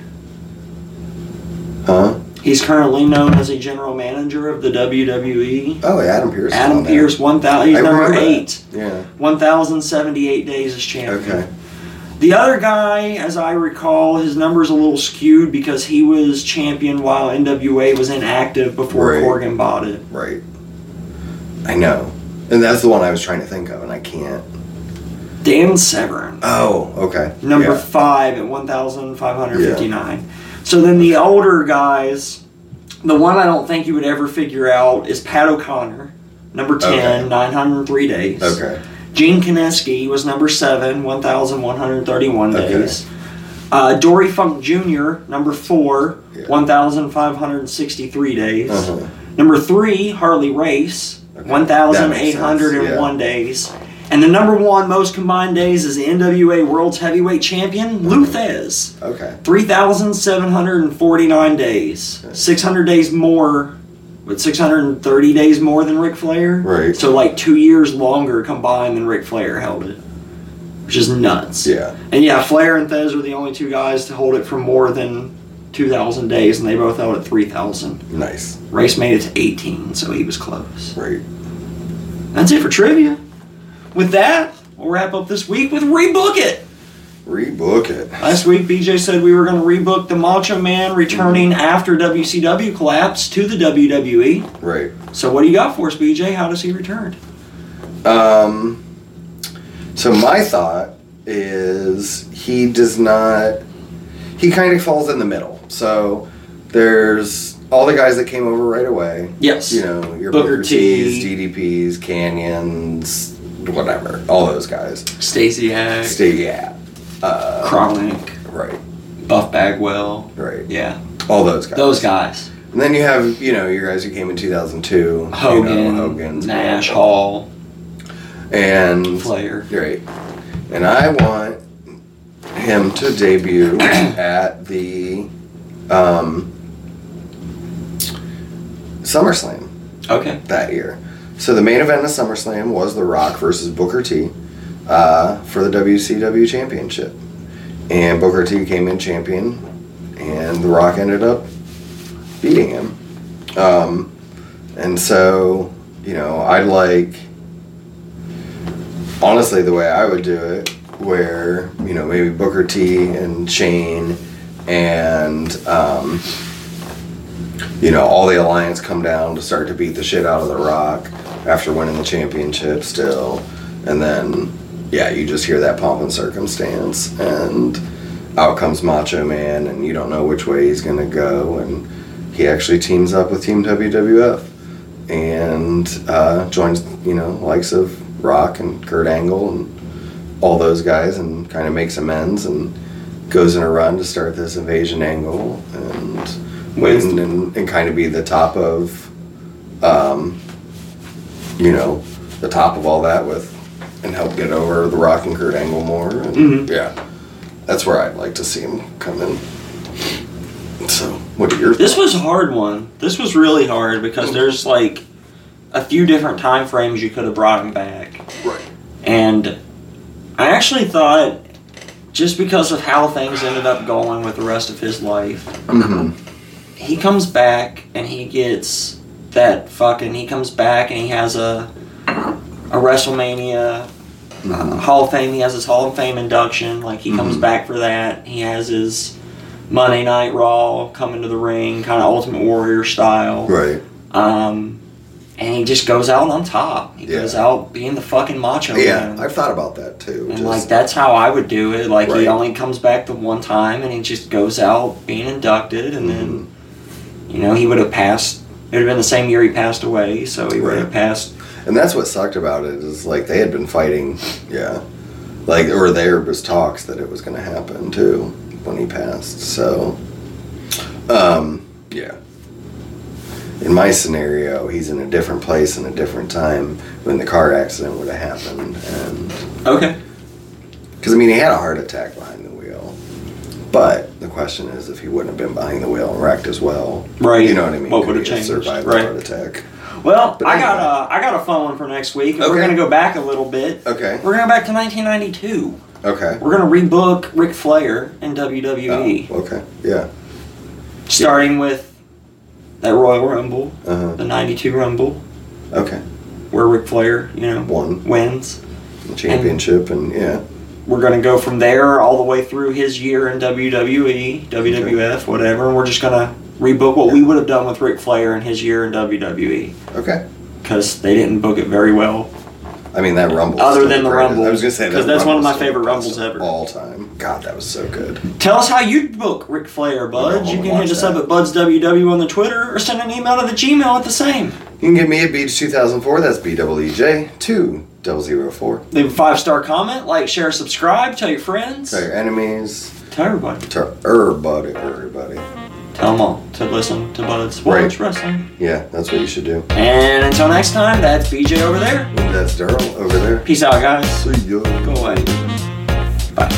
Speaker 1: Huh?
Speaker 2: He's currently known as a general manager of the E. WWE.
Speaker 1: Oh, yeah, Adam Pierce. is on
Speaker 2: Adam
Speaker 1: there.
Speaker 2: Pierce, one thousand. He's
Speaker 1: I
Speaker 2: number
Speaker 1: remember that.
Speaker 2: eight.
Speaker 1: Yeah.
Speaker 2: 1,078 days as champion.
Speaker 1: Okay.
Speaker 2: The other guy, as I recall, his number's a little skewed because he was champion while NWA was inactive before
Speaker 1: Right.
Speaker 2: Corgan bought it.
Speaker 1: Right. I know. And that's the one I was trying to think of, and I can't.
Speaker 2: Dan Severn,
Speaker 1: Oh, okay.
Speaker 2: number
Speaker 1: Yeah.
Speaker 2: five at 1,559. So then the older guys, the one I don't think you would ever figure out is Pat O'Connor, number 10,
Speaker 1: Okay.
Speaker 2: 903 days.
Speaker 1: Okay.
Speaker 2: Gene Kineski was number seven, 1,131
Speaker 1: Okay.
Speaker 2: days. Uh, Dory Funk Jr., number four,
Speaker 1: Yeah.
Speaker 2: 1,563 days.
Speaker 1: Uh-huh.
Speaker 2: Number three, Harley Race,
Speaker 1: Okay.
Speaker 2: 1,801
Speaker 1: That
Speaker 2: days. And the number one most combined days is the NWA World's Heavyweight Champion, Luthez,
Speaker 1: Okay.
Speaker 2: 3,749 days. 600 days more, but 630 days more than Ric Flair.
Speaker 1: Right.
Speaker 2: So, like, two years longer combined than Ric Flair held it, which is nuts.
Speaker 1: Yeah.
Speaker 2: And yeah, Flair and Thez are the only two guys to hold it for more than 2,000 days, and they both held it 3,000.
Speaker 1: Nice.
Speaker 2: Race made it to 18, so he was close.
Speaker 1: Right.
Speaker 2: That's it for trivia. With that, we'll wrap up this week with Rebook It.
Speaker 1: Rebook it.
Speaker 2: Last week, BJ said we were going to rebook the Macho Man returning after WCW collapse to the WWE.
Speaker 1: Right.
Speaker 2: So, what do you got for us, BJ? How does he return?
Speaker 1: Um, so my thought is he does not. He kind of falls in the middle. So there's all the guys that came over right away.
Speaker 2: Yes.
Speaker 1: You know your
Speaker 2: Booker
Speaker 1: Booker,
Speaker 2: T.
Speaker 1: T's, DDP's, Canyons, whatever. All those guys.
Speaker 2: Stacey Hack,
Speaker 1: Stay. Yeah. Uh,
Speaker 2: Chronic,
Speaker 1: right.
Speaker 2: Buff Bagwell.
Speaker 1: Right.
Speaker 2: Yeah,
Speaker 1: All those guys.
Speaker 2: those guys.
Speaker 1: And then you have you know your guys who came in 2002.
Speaker 2: Hogan,
Speaker 1: You know, Hogan's
Speaker 2: Nash, Hall,
Speaker 1: and
Speaker 2: Flair.
Speaker 1: Great. And I want him to debut at the um, SummerSlam
Speaker 2: Okay.
Speaker 1: that year. So the main event of SummerSlam was The Rock versus Booker T uh, for the WCW Championship. And Booker T came in champion, and The Rock ended up beating him. Um, and so, you know, I'd like, honestly, the way I would do it, where, you know, maybe Booker T and Shane and, um, you know, all the Alliance come down to start to beat the shit out of The Rock after winning the championship still. And then, yeah, you just hear that pomp and circumstance, and out comes Macho Man, and you don't know which way he's gonna go, and he actually teams up with Team WWF and uh, joins, you know, likes of Rock and Kurt Angle and all those guys, and kind of makes amends and goes in a run to start this invasion angle and win and, and kind of be the top of um, you know, the top of all that with and help get over the Rock and Kurt Angle more. And Yeah, that's where I'd like to see him come in. So, what are your
Speaker 2: This was a hard one. This was really hard because there's like a few different time frames you could have brought him back.
Speaker 1: right?
Speaker 2: And I actually thought, just because of how things ended up going with the rest of his life,
Speaker 1: Mm-hmm.
Speaker 2: he comes back and he gets that fucking. He comes back and he has a a WrestleMania
Speaker 1: Uh-huh.
Speaker 2: uh, Hall of Fame. He has his Hall of Fame induction. Like
Speaker 1: Mm-hmm.
Speaker 2: he comes back for that. He has his Monday Night Raw coming to the ring, kind of Ultimate Warrior style.
Speaker 1: Right.
Speaker 2: Um, and he just goes out on top. He goes
Speaker 1: Yeah.
Speaker 2: out being the fucking macho
Speaker 1: Yeah,
Speaker 2: man.
Speaker 1: I've thought about that too.
Speaker 2: And
Speaker 1: Just-
Speaker 2: like that's how I would do it. Like
Speaker 1: Right.
Speaker 2: he only comes back the one time, and he just goes out being inducted, and then
Speaker 1: Mm-hmm.
Speaker 2: you know he would have passed. It would have been the same year he passed away, so he would
Speaker 1: Right.
Speaker 2: have passed.
Speaker 1: and that's what sucked about it is like they had been fighting, yeah, like or there was talks that it was going to happen too when he passed. So, um, yeah. In my scenario, he's in a different place in a different time when the car accident would have happened, and
Speaker 2: Okay.
Speaker 1: because I mean he had a heart attack behind the wheel, but the question is if he wouldn't have been behind the wheel and wrecked as well,
Speaker 2: Right.
Speaker 1: You know what I mean?
Speaker 2: What
Speaker 1: Could
Speaker 2: would've
Speaker 1: he
Speaker 2: changed?
Speaker 1: Survived
Speaker 2: Right.
Speaker 1: a heart attack.
Speaker 2: Well,
Speaker 1: But
Speaker 2: I got
Speaker 1: anyway.
Speaker 2: a I got a fun one for next week. and We're
Speaker 1: Okay.
Speaker 2: gonna go back a little bit.
Speaker 1: Okay.
Speaker 2: We're going back to 1992.
Speaker 1: Okay.
Speaker 2: We're gonna rebook Ric Flair in WWE,
Speaker 1: Oh, okay. Yeah.
Speaker 2: starting with that Royal Rumble,
Speaker 1: Uh-huh.
Speaker 2: the '92 Rumble,
Speaker 1: Okay.
Speaker 2: where Ric Flair, you know,
Speaker 1: Won.
Speaker 2: wins.
Speaker 1: Championship and yeah.
Speaker 2: we're gonna go from there all the way through his year in E, WWE, WWF, whatever, and we're just gonna rebook what we would have done with Ric Flair in his year in WWE
Speaker 1: Okay.
Speaker 2: because they didn't book it very well.
Speaker 1: I mean that rumble.
Speaker 2: Other than the Rumble,
Speaker 1: I was gonna say that
Speaker 2: 'cause that's one of my
Speaker 1: Rumble's
Speaker 2: favorite
Speaker 1: the best
Speaker 2: Rumbles
Speaker 1: of
Speaker 2: ever.
Speaker 1: All time. God, that was so good.
Speaker 2: Tell us how you'd book Ric Flair, Bud.
Speaker 1: I
Speaker 2: You
Speaker 1: wanna
Speaker 2: can hit
Speaker 1: watch
Speaker 2: us up
Speaker 1: that.
Speaker 2: at BudsWW on the Twitter or send an email to the Gmail at the same.
Speaker 1: You can get me at Beach 2004. That's B double E J two double zero four.
Speaker 2: Leave a five star comment, like, share, subscribe, tell your friends,
Speaker 1: Tell your enemies. er,
Speaker 2: tell everybody,
Speaker 1: To everybody, everybody.
Speaker 2: tell them all to listen to Bud's Watch Wrestling.
Speaker 1: Yeah, that's what you should do.
Speaker 2: And until next time, that's BJ over there.
Speaker 1: That's Daryl over there.
Speaker 2: Peace out, guys.
Speaker 1: See ya.
Speaker 2: Go away. Bye.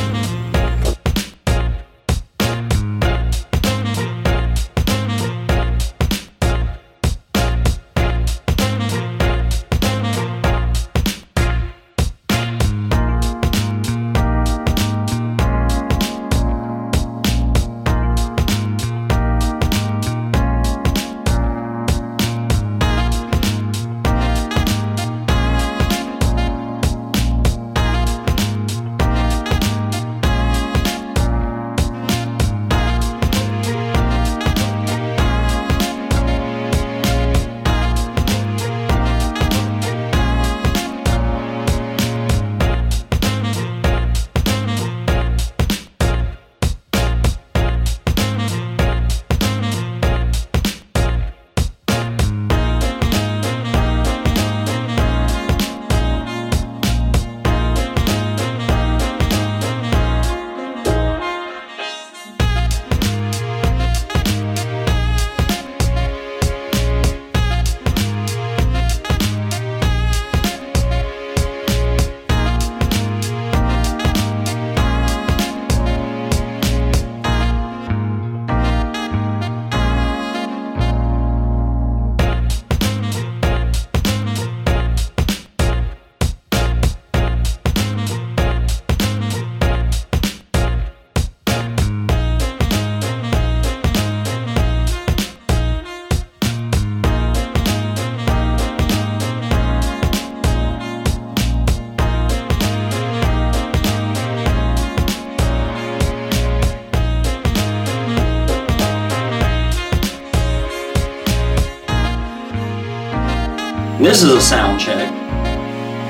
Speaker 2: This is a sound check.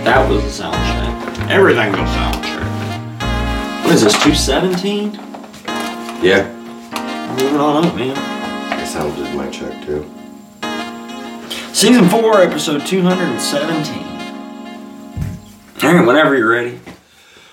Speaker 2: That was a sound check. Everything goes down the track. What is this, 217?
Speaker 1: Yeah.
Speaker 2: Moving on up, man.
Speaker 1: I sounded my check too.
Speaker 2: Season 4, episode 217. All right, whenever you're ready.